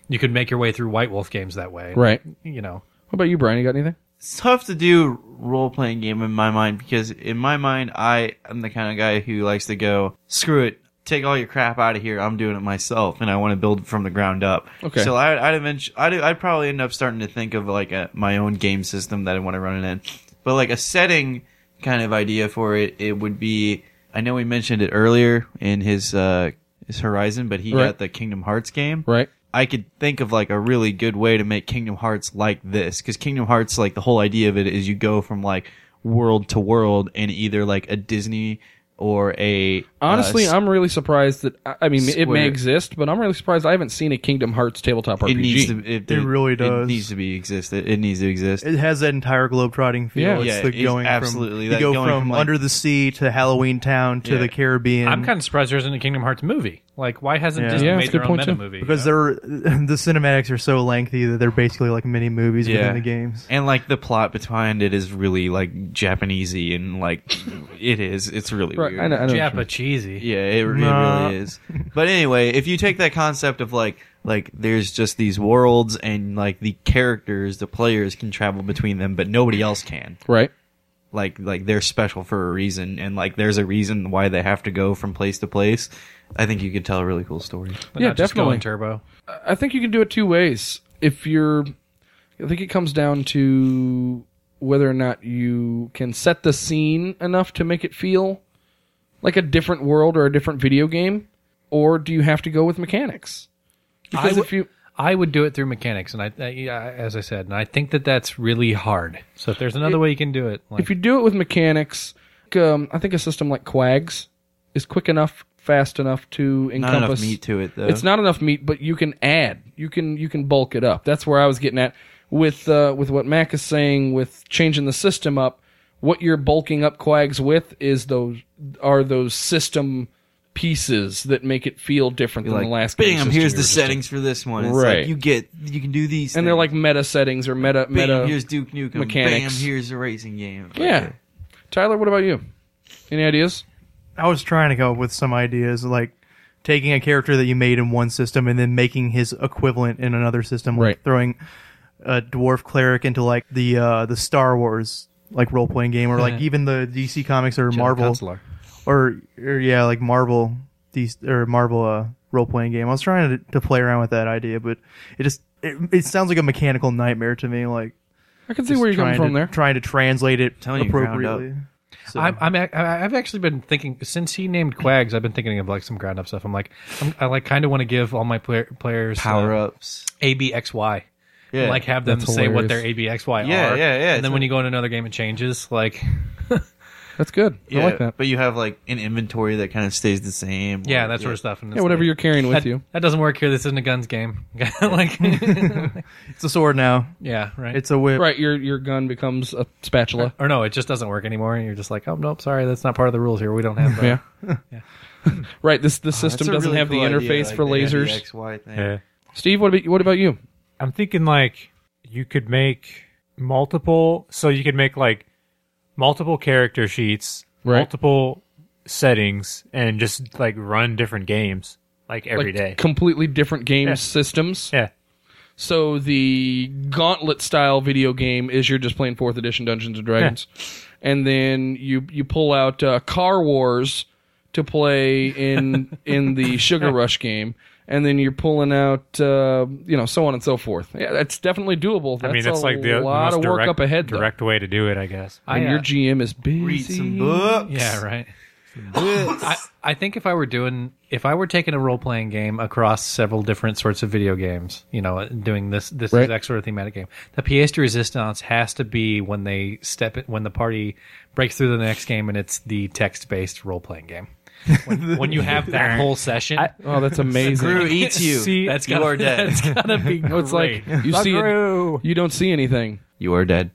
you could make your way through White Wolf games that way,
right. What
You know,
about you, Brian? You got anything?
it's tough to do role playing game in my mind because in my mind I am the kind of guy who likes to go screw it, take all your crap out of here. I'm doing it myself, and I want to build from the ground up.
Okay.
So I, I'd eventually, I'd, I'd probably end up starting to think of like a, my own game system that I want to run it in, but like a setting kind of idea for it. It would be I know we mentioned it earlier in his uh, his Horizon, but he
Right.
got the Kingdom Hearts game.
Right.
I could think of like a really good way to make Kingdom Hearts like this because Kingdom Hearts, like the whole idea of it is you go from like world to world in either like a Disney or a
Honestly,
uh,
I'm really surprised that I I mean it
Square.
may exist, but I'm really surprised I haven't seen a Kingdom Hearts tabletop RPG.
it needs to it,
It really
it
does.
needs to be exist it, it needs to exist
It has that entire globetrotting feel.
Yeah.
it's
Yeah,
the
it's
going
absolutely
from
that
you go
going
from,
from, like-
under the sea to Halloween Town to
Yeah.
the Caribbean.
I'm kind of surprised there isn't a Kingdom Hearts movie. Like, why hasn't
Yeah.
Disney
Yeah, that's
made
a
their
good
own
point,
meta
too.
movie?
because they're (laughs) the cinematics are so lengthy that they're basically like mini movies
Yeah.
within the games.
and like the plot behind it is really like Japanesey and like it is it's really
Right,
weird.
I know, I know what you mean.
Japa cheesy.
Yeah, it, it
Nah.
really is. But anyway, if you take that concept of like like there's just these worlds and like the characters, the players can travel between them, but nobody else can.
Right.
Like like they're special for a reason, and like there's a reason why they have to go from place to place. I think you could tell a really cool story.
But
Yeah,
not just
definitely.
going turbo.
I think you can do it two ways. If you're, I think it comes down to whether or not you can set the scene enough to make it feel like a different world or a different video game, or do you have to go with mechanics? Because
I
if you,
I would do it through mechanics, and I, I yeah, as I said, and I think that that's really hard. So if there's another way you can do it, like
if you do it with mechanics, um, I think a system like Quags is quick enough, fast enough to
Not
encompass.
enough meat to it though.
It's not enough meat, but you can add. You can you can bulk it up. That's where I was getting at with uh, with what Mac is saying with changing the system up. What you're bulking up quags with is those are those system pieces that make it feel different
You're
than
like,
the last. game
bam!
system
Here's
you
the
were just in.
settings for this one. It's
Right.
like you get you can do these,
and they're
things.
like meta settings or meta
bam!
meta
here's Duke Nukem.
mechanics.
Bam! Here's a racing game.
yeah. Tyler, what about you? Any ideas?
I was trying to come up with some ideas like taking a character that you made in one system and then making his equivalent in another system, like
Right.
throwing a dwarf cleric into like the uh, the Star Wars like role playing game, or like even the DC comics or Marvel,
Counselor.
or or yeah, like Marvel DC, or Marvel uh, role playing game. I was trying to, to play around with that idea, but it just it, it sounds like a mechanical nightmare to me. Like
I can see where you're coming
trying
from
to-
there.
trying to translate it
Telling you, ground up.
appropriately. So-
I'm, I'm, ac- I- I've actually been thinking since he named Quags. I've been thinking of like some ground up stuff. I'm like, I'm, I like kind of want to give all my player, players
power
uh,
ups.
A B X Y.
Yeah,
like have them
that's
say what
hilarious.
their A B X Y
Yeah,
are.
yeah, yeah,
And
it's
then when
a-
you go in another game, it changes. Like,
That's good. I like that.
But you have like an inventory that kind of stays the same.
yeah, that sort of stuff. And
Yeah, whatever you're carrying with
that,
you.
That doesn't work here. This isn't a guns game. (laughs)
(laughs)
like,
it's a sword now.
yeah, right.
It's a whip.
Right, your your gun becomes a spatula.
or no, it just doesn't work anymore. And you're just like, oh nope, sorry, that's not part of the rules here. We
(laughs)
don't have that.
Yeah.
(laughs)
Right, this this
Oh,
system doesn't have the interface for lasers.
E X, y thing.
Yeah.
Steve, what about what about you?
I'm thinking like you could make multiple, so you could make like multiple character sheets,
Right.
multiple settings, and just like run different games like every
like
day.
completely different game
Yeah.
systems.
yeah,
So the gauntlet style video game is you're just playing fourth edition Dungeons and Dragons, and then you you
(laughs)
pull out uh, Car Wars to play in in the Sugar Rush game, and then you're pulling out, uh, you know, so on and so forth. Yeah, that's definitely doable. That's
I mean, it's
a
like the
lot
most
of work
direct,
up ahead. though.
direct way to do it, I guess.
I,
and
uh,
your GM is busy.
Read some books.
Yeah, right. I, I think if I were doing, if I were taking a role playing game across several different sorts of video games, you know, doing this this
Right.
exact sort of thematic game, the pièce de résistance has to be when they step it, when the party breaks through the next game and it's the text based role playing game. When, when you have that whole session,
Oh, (laughs) that's amazing.
Gru eats you.
See, that's Oh,
you
gotta-
(laughs)
are dead.
that's gotta (laughs) be
No, it's like
great.
you see it, you don't see anything.
You are dead.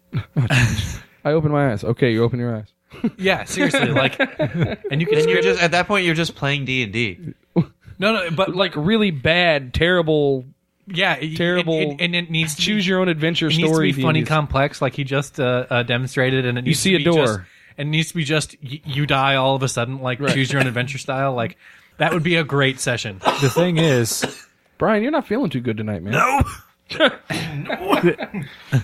I open my eyes. Okay, you open your eyes.
yeah, seriously, like, and you can
And you're
script-
just at that point. You're just playing D and D.
no, no, but like,
Like really bad, terrible.
yeah, it-
Terrible-
it- it- and it needs to be-
Choose your own adventure
it
story.
needs to be funny,
D&Ds.
complex, like he just uh, uh, demonstrated, and it needs
see
to
a
be
door.
just- and it needs to be just y- you die all of a sudden, like choose your own adventure style. Like that would be a great session.
The thing is,
Brian, you're not feeling too good tonight, man. (laughs) No.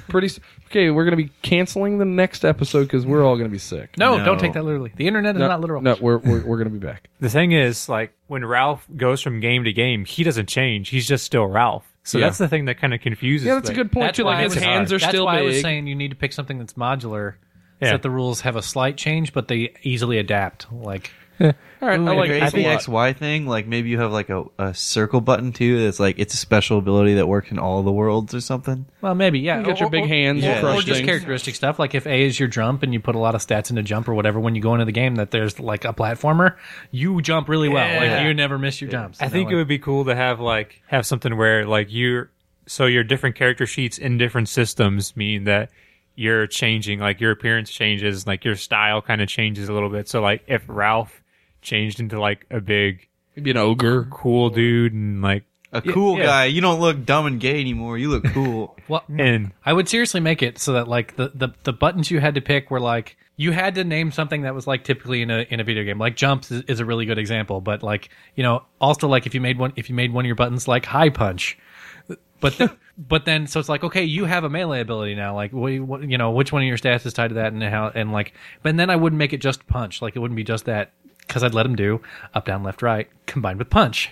Pretty s- okay. We're gonna be canceling the next episode because we're all gonna be sick.
No,
No.
don't take that literally. The internet is
no,
not literal.
No, we're we're, we're gonna be (laughs) back.
the thing is, like when Ralph goes from game to game, he doesn't change. He's just still Ralph. So
Yeah.
that's the thing that kind of confuses.
Yeah, that's a
things.
good point too.
why
Like
I
his
was-
hands are
that's
still
why
big.
I was saying you need to pick something that's modular,
Yeah.
so that the rules have a slight change, but they easily adapt. Like
(laughs) all right, I like
Like
this
the
a lot.
XY E thing, like maybe you have like a, a circle button too. That's like it's a special ability that works in all the worlds or something.
Well, maybe yeah.
You got your
Or-
big
or-
hands,
or,
you crush
or just
things.
characteristic stuff. Like if A is your jump and you put a lot of stats into jump or whatever, when you go into the game, that there's like a platformer, you jump really well. Like you never miss your jumps.
I think it would be cool to have like have something where like you're so your different character sheets in different systems mean that you're changing, like your appearance changes, like your style kind of changes a little bit. So like if Ralph changed into like a big
Maybe an ogre.
cool dude and like
A cool
yeah.
guy. You don't look dumb and gay anymore. You look cool.
Well,
and
I would seriously make it so that like the, the the buttons you had to pick were like you had to name something that was like typically in a in a video game. Like jumps is, is a really good example, but like you know also like if you made one if you made one of your buttons like high punch, but th- but then so it's like okay you have a melee ability now like what, do you- what you know which one of your stats is tied to that and how and like but then I wouldn't make it just punch like it wouldn't be just that because I'd let him do up down left right combined with punch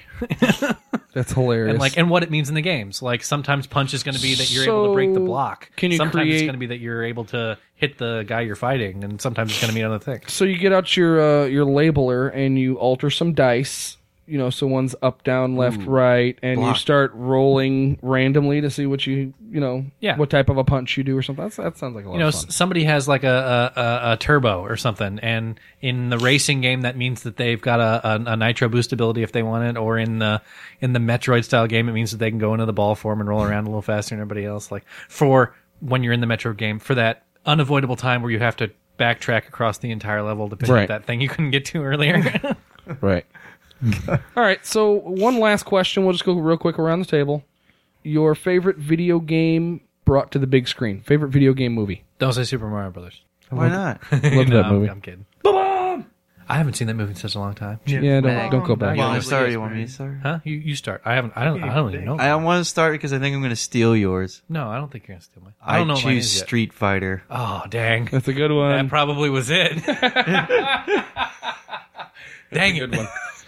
That's hilarious.
and like and what it means in the games. Like sometimes punch is going to be that you're able to break the
So,
block.
can you
sometimes it's
create-
going to be that you're able to hit the guy you're fighting, and sometimes it's going to be other things.
So you get out your uh, your labeler and you alter some dice. You know, so one's up, down, left, right, and you start rolling randomly to see what you you know
Yeah.
what type of a punch you do or something. That's, that sounds like a lot
You know,
of fun.
s- somebody has like a, a, a, a turbo or something, and in the racing game, that means that they've got a, a, a nitro boost ability if they want it, or in the in the Metroid style game, it means that they can go into the ball form and roll around a little faster than everybody else. Like for when you're in the Metro game, for that unavoidable time where you have to backtrack across the entire level to pick
Right.
up that thing you couldn't get to earlier. (laughs)
Right. (laughs) All right. So one last question. We'll just go real quick around the table. Your favorite video game brought to the big screen. Favorite video game movie.
Don't say Super Mario Brothers.
(laughs) Why not?
(laughs) Love
No,
that
I'm-
movie.
I'm, kidding. I haven't seen that movie in such a long time.
yeah. Don't, don't go back.
Well, I'm sorry. You want me to start?
Huh? You you start. I haven't. I don't. I don't even know.
I want to start because I think I'm going to steal yours.
no, I don't think you're gonna steal mine. I
I,
don't know. what mine
choose
is yet.
Street Fighter.
Oh
(laughs)
dang!
That's a good one.
That probably was
(laughs)
it. dang it!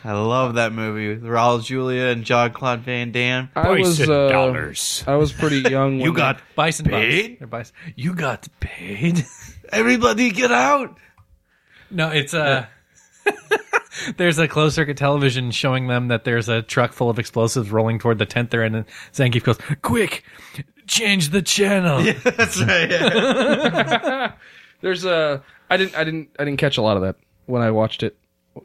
I love that movie with Raul Julia and John Claude Van Damme.
I was
Bison
uh,
dollars.
I was pretty young.
(laughs)
when
You
that-
got bison
paid?
bucks. They're bison. You got paid. (laughs)
Everybody
(laughs)
get out!
No, it's Uh, (laughs) There's a closed circuit television showing them that there's a truck full of explosives rolling toward the tent they're in, and Zangief goes, "Quick, change the channel."
That's right. yeah.
There's a. I didn't. I didn't. I didn't catch a lot of that when I watched it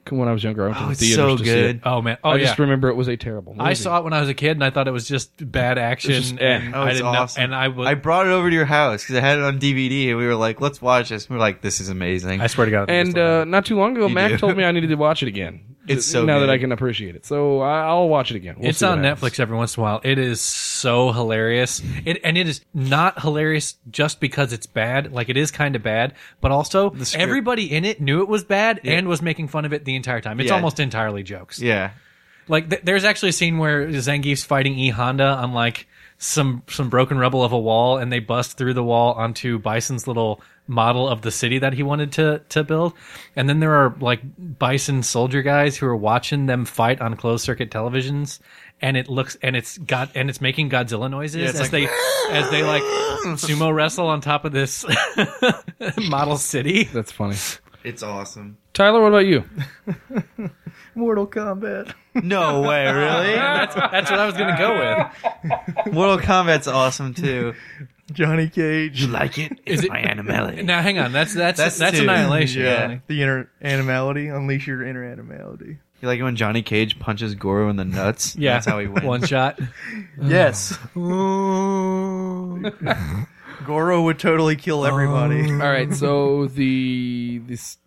when I was younger. I went to
Oh,
the
it's
theaters
so
to see it.
good.
Oh man! Oh
I
yeah.
just remember it was a terrible. Movie.
I saw it when I was a kid, and I thought it was just bad action.
just, eh.
and
Oh,
I
it's
didn't
awesome.
know. And I was.
I brought it over to your house because I had it on DVD, and we were like, "Let's watch this." And we were like, "This is amazing."
I swear to God. I
And
just don't
uh, not too long ago,
You
Mac
do.
told me I needed to watch it again.
It's so
now that
good.
I can appreciate it, so I- I'll watch it again. We'll
it's
see what
on
happens.
Netflix every once in a while. It is so hilarious. It and it is not hilarious just because it's bad. Like it is kind of bad, but also
script.
everybody in it knew it was bad and was making fun of it the entire time. It's
Yeah.
almost entirely jokes.
yeah,
Like th- there's actually a scene where Zangief's fighting E Honda on like some some broken rubble of a wall, and they bust through the wall onto Bison's little model of the city that he wanted to to build. And then there are like Bison soldier guys who are watching them fight on closed circuit televisions, and it looks and it's got and it's making Godzilla noises
Yeah, it's
as they
like- (gasps)
as they like sumo wrestle on top of this (laughs) model city.
That's funny.
It's awesome.
Tyler, what about you?
Mortal Kombat.
No way,
(laughs)
really?
That's that's what I was gonna go with.
(laughs) Mortal Kombat's awesome too.
Johnny Cage.
You like it? It's my
(laughs)
animality.
Now hang on, that's that's
That's
that's,
two.
annihilation.
Yeah.
really.
The inner animality. Unleash your inner animality.
You like when Johnny Cage punches Goro in the nuts?
Yeah,
That's how he wins.
One
(laughs)
shot.
Yes. Goro would totally kill everybody.
(laughs) All right, so the this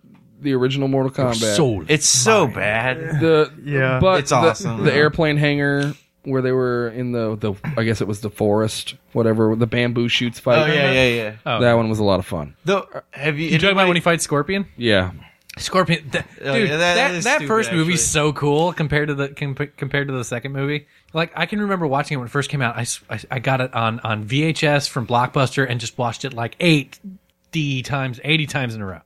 the original Mortal Kombat.
Oh.
Soul.
It's so bad.
the
Yeah.
but
It's
the- The
awesome, though.
airplane hangar where they were in the the I guess it was the forest, whatever the bamboo shoots fight.
Oh yeah, yeah, yeah.
Uh,
Oh.
That one was a lot of fun.
Though, have you?
You talking about when he fights Scorpion?
Yeah,
Scorpion, th-
Oh,
dude,
yeah, that
that
is
that,
stupid,
first movie's
actually.
so cool compared to the comp- compared to the second movie. Like I can remember watching it when it first came out. I, s- I- I got it on on VHS from Blockbuster and just watched it like eight d times, eighty times in a row.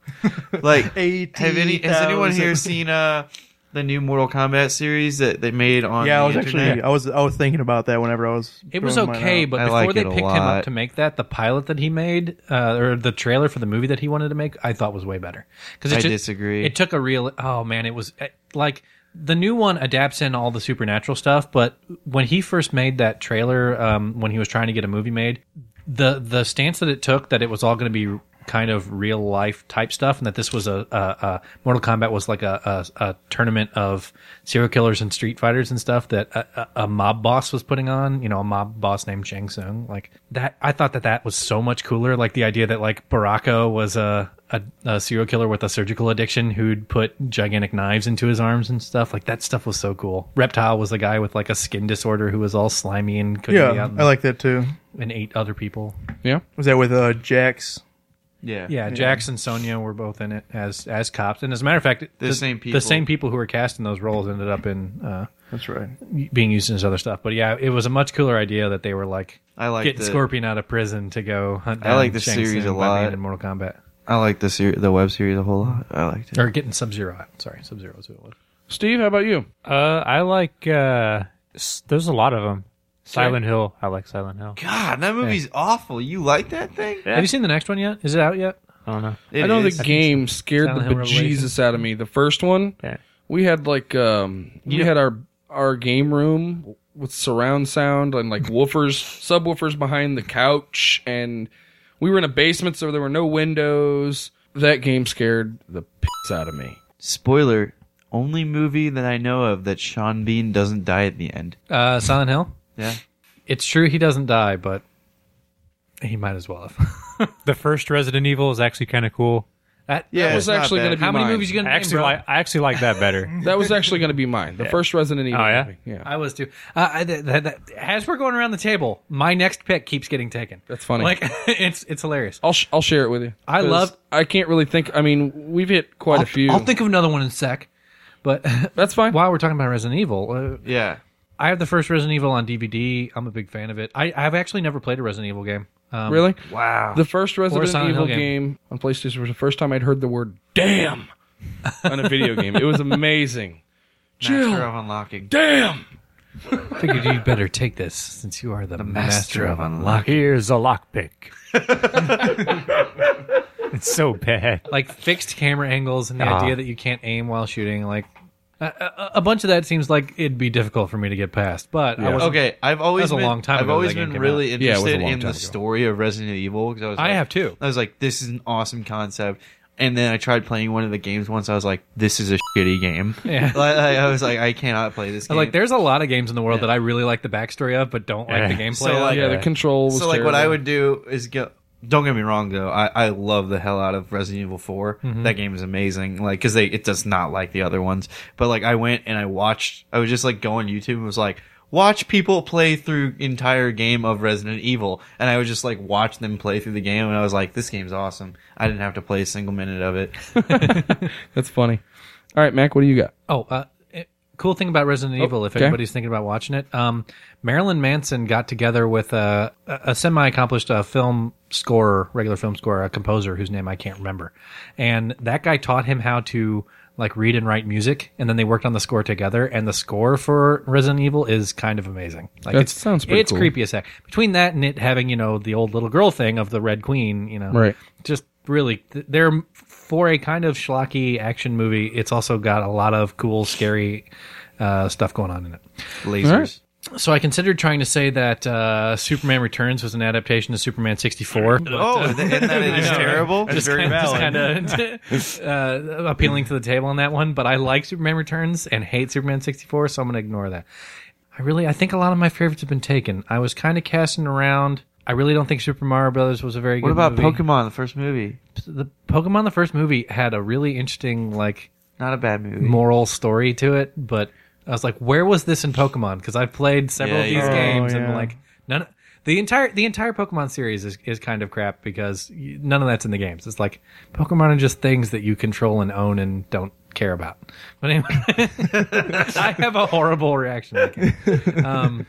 like
Eighty
have any has anyone
(laughs)
here
80,000.
seen uh the new Mortal Kombat series that they made on
yeah,
the
I was
internet?
actually I was I was thinking about that whenever I was.
It was
throwing mine
okay,
out.
but
I
before
like
they
it a
picked him
lot.
up to make that, the pilot that he made uh, or the trailer for the movie that he wanted to make, I thought was way better. Because
I disagree.
It took a real. Oh man, it was eh, like the new one adapts in all the supernatural stuff, but when he first made that trailer, um, when he was trying to get a movie made, the the stance that it took that it was all going to be kind of real life type stuff and that this was a, a, a mortal kombat was like a, a, a tournament of serial killers and street fighters and stuff that a, a, a mob boss was putting on you know a mob boss named shang Tsung. like that i thought that that was so much cooler like the idea that like baraka was a, a, a serial killer with a surgical addiction who'd put gigantic knives into his arms and stuff like that stuff was so cool reptile was the guy with like a skin disorder who was all slimy and couldn't be
Yeah,
out
I like that too.
and ate other people
yeah.
Was that with uh Jax?
yeah.
yeah, Jax and Sonia were both in it as as cops, and as a matter of fact,
The same people.
the same people who were cast in those roles ended up in uh,
That's right.
being used in his other stuff. But yeah, it was a much cooler idea that they were like
I like
getting
the-
Scorpion out of prison to go hunt.
I
Down
like the
Shang
series
Tsung
a
by the
lot.
end in Mortal Kombat,
I like the ser- the web series a whole lot. I liked it.
or getting Sub Zero out. Sorry, Sub Zero is who it was.
Steve, how about you?
Uh, I like. Uh, s- there's a lot of them. Silent Hill. I like Silent Hill.
God, that movie's awful. You like that thing?
Have you seen the next one yet? Is it out yet?
I don't know.
It
I know
is.
the game scared
Silent
the
Hill Revelations.
bejesus out of me. The first one,
Yeah.
we had like um, we
know-
had our our game room with surround sound and like woofers, subwoofers behind the couch, and we were in a basement, so there were no windows. That game scared the piss out of me.
Spoiler: only movie that I know of that Sean Bean doesn't die at the end.
Uh, Silent Hill.
Yeah.
It's true he doesn't die, but he might as well have. (laughs)
The first Resident Evil is actually kind of cool.
that,
Yeah,
That was
it's not
actually
bad.
going to be
How many
mine.
movies you
I
gonna name,
actually
bro?
like. I actually like that
(laughs)
better.
That was actually going to be mine. The first Resident Evil.
Oh, yeah?
movie. yeah.
I was too. Uh, I, that, that, that, as we're going around the table, my next pick keeps getting taken.
That's funny.
Like (laughs) it's it's hilarious.
I'll sh- I'll share it with you.
I
'Cause
love-
I can't really think. I mean, we've hit quite a few.
I'll think of another one in a sec. But (laughs)
That's fine.
while we're talking about Resident Evil, uh,
Yeah.
I have the first Resident Evil on DVD. I'm a big fan of it. I, I've actually never played a Resident Evil game. Um,
Really?
Wow.
The first Resident
Silent
Evil
Hill
game.
game.
on PlayStation was the first time I'd heard the word "damn" on a video game. It was
(laughs)
amazing.
Master of unlocking.
Damn.
Figured you'd (laughs) better take this since you are the, master, of unlock.
Here's a lockpick.
(laughs)
it's so bad.
Like fixed camera angles and the idea that you can't aim while shooting. Like a, a, a bunch of that seems like it'd be difficult for me to get past. But I was
Okay, I've always
That was a
been,
long time
I've
ago
always
that game
been
came
really
Yeah, it was a
interested
long
in the
time ago.
story of Resident Evil because I was.
I
like-
have too.
I was like, this is an awesome concept. And then I tried playing one of the games once. I was like, this is a shitty game.
Yeah.
(laughs) Like, I, I was like, I cannot play this game.
Like there's a lot of games in the world that I really like the backstory of, but don't like the gameplay.
So,
of.
like-
Yeah, the control. Was
so like what I
terrible.
would do is go. Don't get me wrong though. I, I love the hell out of Resident Evil 4
Mm-hmm.
That game is amazing. Like because they it does not like the other ones. But like I went and I watched. I was just like go on YouTube and was like watch people play through entire game of Resident Evil. And I would just like watch them play through the game. And I was like this game's awesome. I didn't have to play a single minute
(laughs)
of it.
That's funny. All right, Mac, what do you got?
Oh, uh, eh, cool thing about Resident Evil,
Oh,
if
okay.
anybody's thinking about watching it, um, Marilyn Manson got together with a, a semi accomplished uh, film scorer, regular film scorer, a composer whose name I can't remember. And that guy taught him how to like read and write music, and then they worked on the score together. And the score for Resident Evil is kind of amazing. Like
That
it's,
sounds pretty
It's
cool.
creepy as heck. Between that and it having you know the old little girl thing of the Red Queen, you know,
Right.
Just really, th- they're for a kind of schlocky action movie. It's also got a lot of cool, scary uh, stuff going on in it.
Lasers.
Alright.
So I considered trying to say that uh, Superman Returns was an adaptation of Superman 64. but,
Oh,
uh,
isn't that
I know,
terrible?
right? (laughs) Just kind of, just kind of uh, appealing to the table on that one, but I like Superman Returns and hate Superman 64, so I'm going to ignore that. I really, I think a lot of my favorites have been taken. I was kind of casting around. I really don't think Super Mario Brothers was a very
What
good
about
movie.
Pokemon, the first movie?
The Pokemon, the first movie, had a really interesting, like,
Not a bad movie.
moral story to it, but I was like, where was this in Pokemon? Because I've played several
Yeah,
of these
yeah.
games,
Oh,
and
yeah.
like none. The entire the entire Pokemon series is, is kind of crap because y- none of that's in the games. It's like Pokemon are just things that you control and own and don't care about. But anyway, (laughs) I have a horrible reaction. to that game. Um,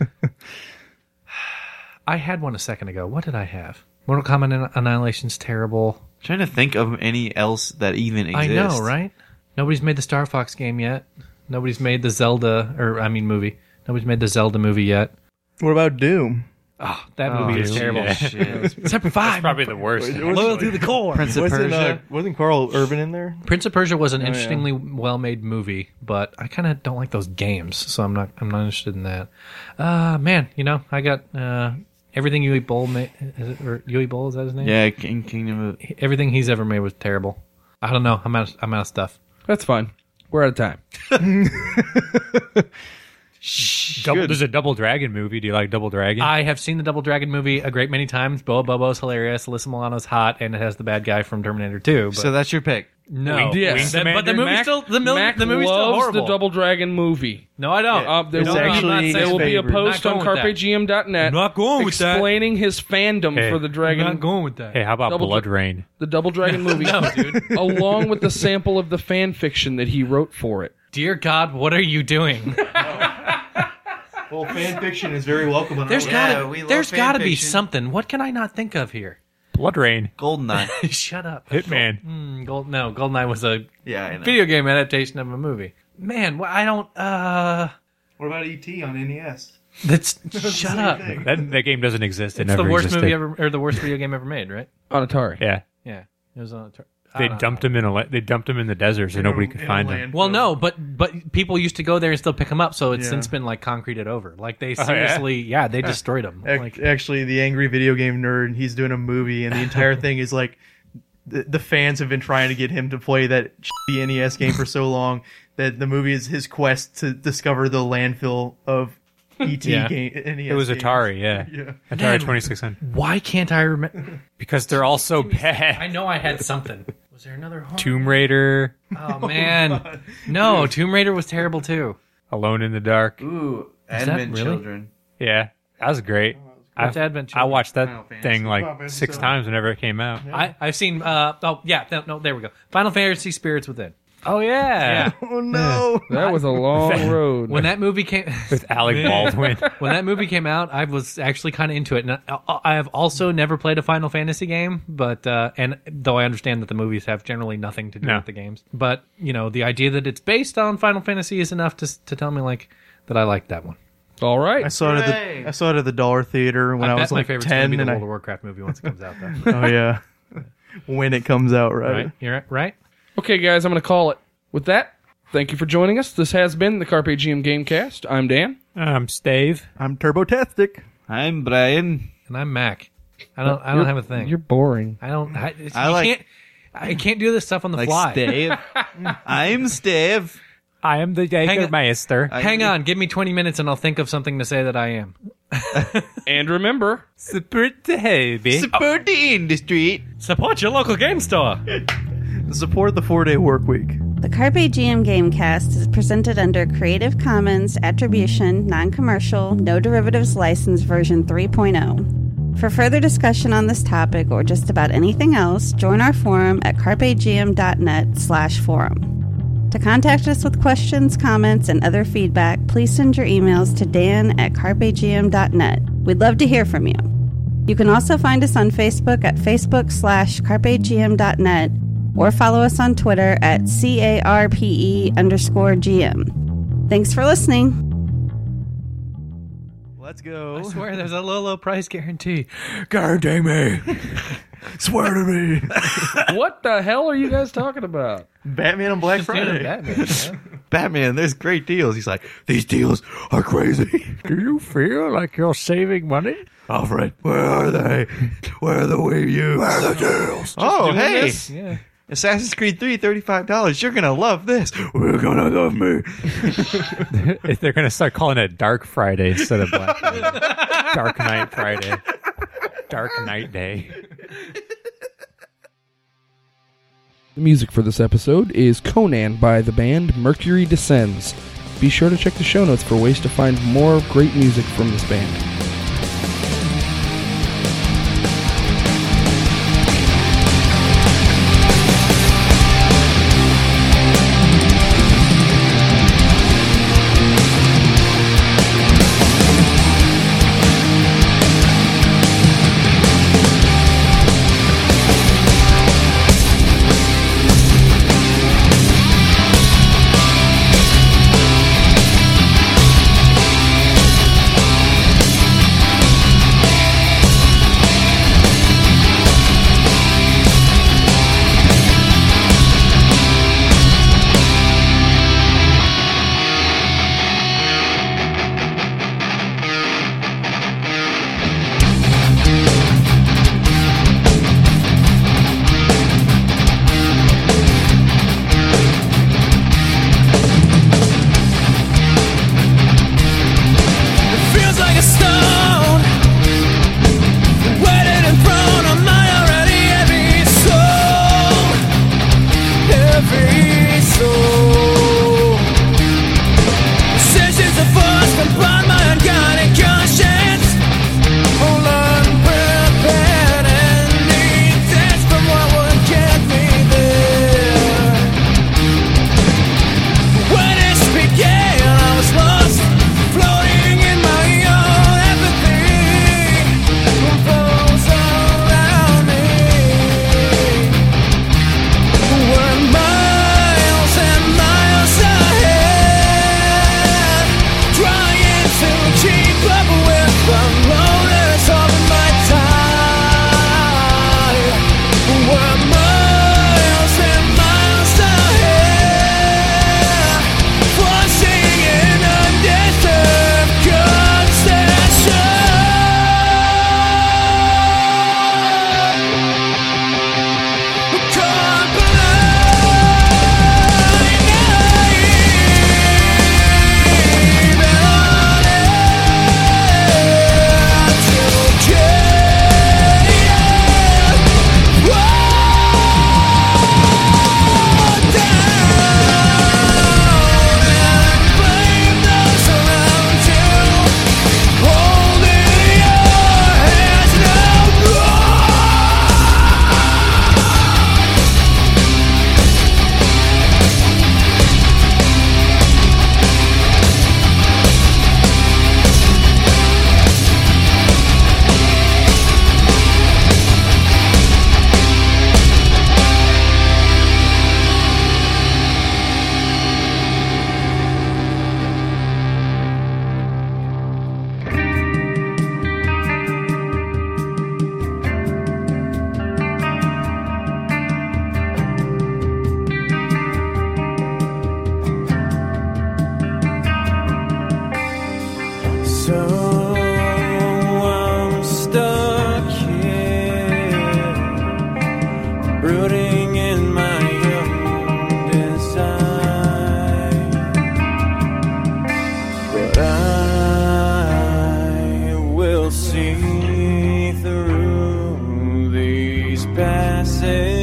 (sighs) I had one a second ago. What did I have? Mortal Kombat Annihilation's terrible.
trying to think of any else that even exists.
I know, right? Nobody's made the Star Fox game yet. Nobody's made the Zelda, or I mean, movie. Nobody's made the Zelda movie yet.
What about Doom?
Oh, that
Oh,
movie is
(laughs)
dude.
terrible.
(laughs)
Shit.
Except for five.
Probably the worst.
Loyal to the core.
Prince of
Wasn't, uh,
Persia.
wasn't Carl Urban in there?
Prince of Persia
Oh,
was an interestingly well-made movie, but I kind of don't like those games, so I'm not I'm not interested in that. Uh man, you know, I got uh everything Yui Bowl made, is it, or Yui Bowl is that his name?
yeah, King, Kingdom of.
Everything he's ever made was terrible. I don't know. I'm out. I'm out of stuff.
That's fine. We're out of time.
Double, there's a Double Dragon movie. Do you like Double Dragon?
I have seen the Double Dragon movie a great many times. Boa Bobo's hilarious. Alyssa Milano's hot, and it has the bad guy from Terminator 2. But
So that's your pick.
no,
Winged- Yes. Winged
That- but
Commander
the movie's
Mac-
still the, mil-
Mac
the movie's still
loves
horrible. Oh,
the Double Dragon movie.
no, I don't. Um,
Uh, there
It's
will,
actually
be, there will be a
favorite.
post on carpegm.net
Not going with that.
explaining his fandom
Hey.
for the Dragon
not going with that.
hey, how about
Double
Blood
Dra-
Rain?
the
(laughs)
Double Dragon movie along with the sample of the fan fiction that he wrote for it.
Dear God, what are you doing?
Well, fan fiction is very welcome. On
There's
Yeah,
gotta
we love
there's
fan
gotta be
fiction.
something. What can I not think of here?
Blood Rain.
(laughs)
Goldeneye.
Shut up.
Hitman.
Mm, Gold, no, Goldeneye was a
yeah, I know.
video game adaptation of a movie. Man, wh- I don't. uh
What about ET on NES?
That's shut up. It's
That, that game doesn't exist. It
the
never
worst
existed.
movie ever, or the worst video game ever made, right?
On Atari.
Yeah,
Yeah, it was on. A tur- I
they
don't know.
dumped him in a la- they dumped him in the desert so nobody could find him.
Well, no, but but people used to go there and still pick them up. So it's
Yeah.
since been like concreted over. Like (laughs) they
yeah?
seriously, Oh, yeah? (laughs) they destroyed them. Like
Actually, the angry video game nerd, he's doing a movie, and the entire thing is like the, the fans have been trying to get him to play that shitty NES game for so long that the movie is his quest to discover the landfill of E ET
Yeah.
game. NES
It was
games.
Atari. Yeah,
Yeah.
Atari Twenty Six Hundred.
why can't I remember?
Because they're all so
I
bad.
know (laughs) I had something. Was there another horror?
Tomb Raider,
oh
(laughs)
man, no, Tomb Raider was terrible too.
Alone in the Dark.
Ooh,
that
Advent
really?
Children.
Yeah, that was great. I,
What's Advent
I
Children?
watched
Final
that
Fantasy.
thing
Final
like
Fantasy
six
seven.
times whenever it came out.
I I've seen. Uh, oh yeah, no, no, there we go. Final Fantasy Spirits Within.
Oh yeah,
Oh no!
That (laughs) was a long road.
When that movie came,
with Alec Baldwin.
when that movie came out, I was actually kind of into it, and I, I have also never played a Final Fantasy game. But uh, and though I understand that the movies have generally nothing to do
No.
with the games, but you know the idea that it's based on Final Fantasy is enough to s- to tell me like that I like that one.
All right.
I saw it at
Hooray.
the I saw it at the Dollar Theater when I,
I, bet
was like
my favorite's gonna
ten,
be the
and I,
World of Warcraft movie once it comes out.
(laughs)
Though.
oh yeah, when it comes out, right?
right? You're right, right.
Okay, guys, I'm going to call it. With that, thank you for joining us. This has been the Carpe GM Gamecast. I'm Dan.
um, Stave.
I'm turbotastic.
I'm Brian.
And I'm Mac. I don't. I don't have a thing.
boring.
I don't. I, it's,
I
you
like-
can't. I can't do this stuff on the
Like
fly. (laughs)
Stave. I'm Stave.
I am the Jägermeister.
Hang on, give me 20 minutes and I'll think of something to say that I am.
And (laughs) remember,
Support the hobby.
Support the industry.
Support your local game store.
Support the four day work week.
The Carpe GM Gamecast is presented under Creative Commons Attribution, Non Commercial, No Derivatives License version 3.0. For further discussion on this topic or just about anything else, join our forum at carpegm.net slash forum. To contact us with questions, comments, and other feedback, please send your emails to dan at carpegm.net. We'd love to hear from you. You can also find us on Facebook at facebook slash carpegm.net or follow us on Twitter at CARPE E underscore GM. Thanks for listening.
Let's go.
I swear there's a low, low price guarantee.
Guarantee me. Swear to me.
what the hell are you guys talking about?
Batman on Black Friday.
Batman,
(laughs) Batman, there's great deals. He's like, these deals are crazy.
(laughs) Do you feel like you're saving money?
Alfred, where are they? Where are the Wii U? Where are the deals? oh, hey.
Yeah.
Assassin's Creed 3, $35. You're going to love this. We're going to love me.
(laughs) They're going to start calling it Dark Friday instead of Black Friday. Dark Night Friday. Dark Night Day.
The music for this episode is Conan by the band Mercury Descends. Be sure to check the show notes for ways to find more great music from this band.
Feels like a stone, wetted and thrown on my already heavy soul, heavy soul. Decisions are forced upon my unguided conscience, all unprepared and needless from what would get me there. When it began, I was lost. Floating in my own apathy, composed around me. Were miles and miles ahead, trying to keep up with the loneliness of my time. Were miles and miles ahead. Flushing in undeserved concession. Come So I'm stuck here, brooding in my own design. But I will see through these passes.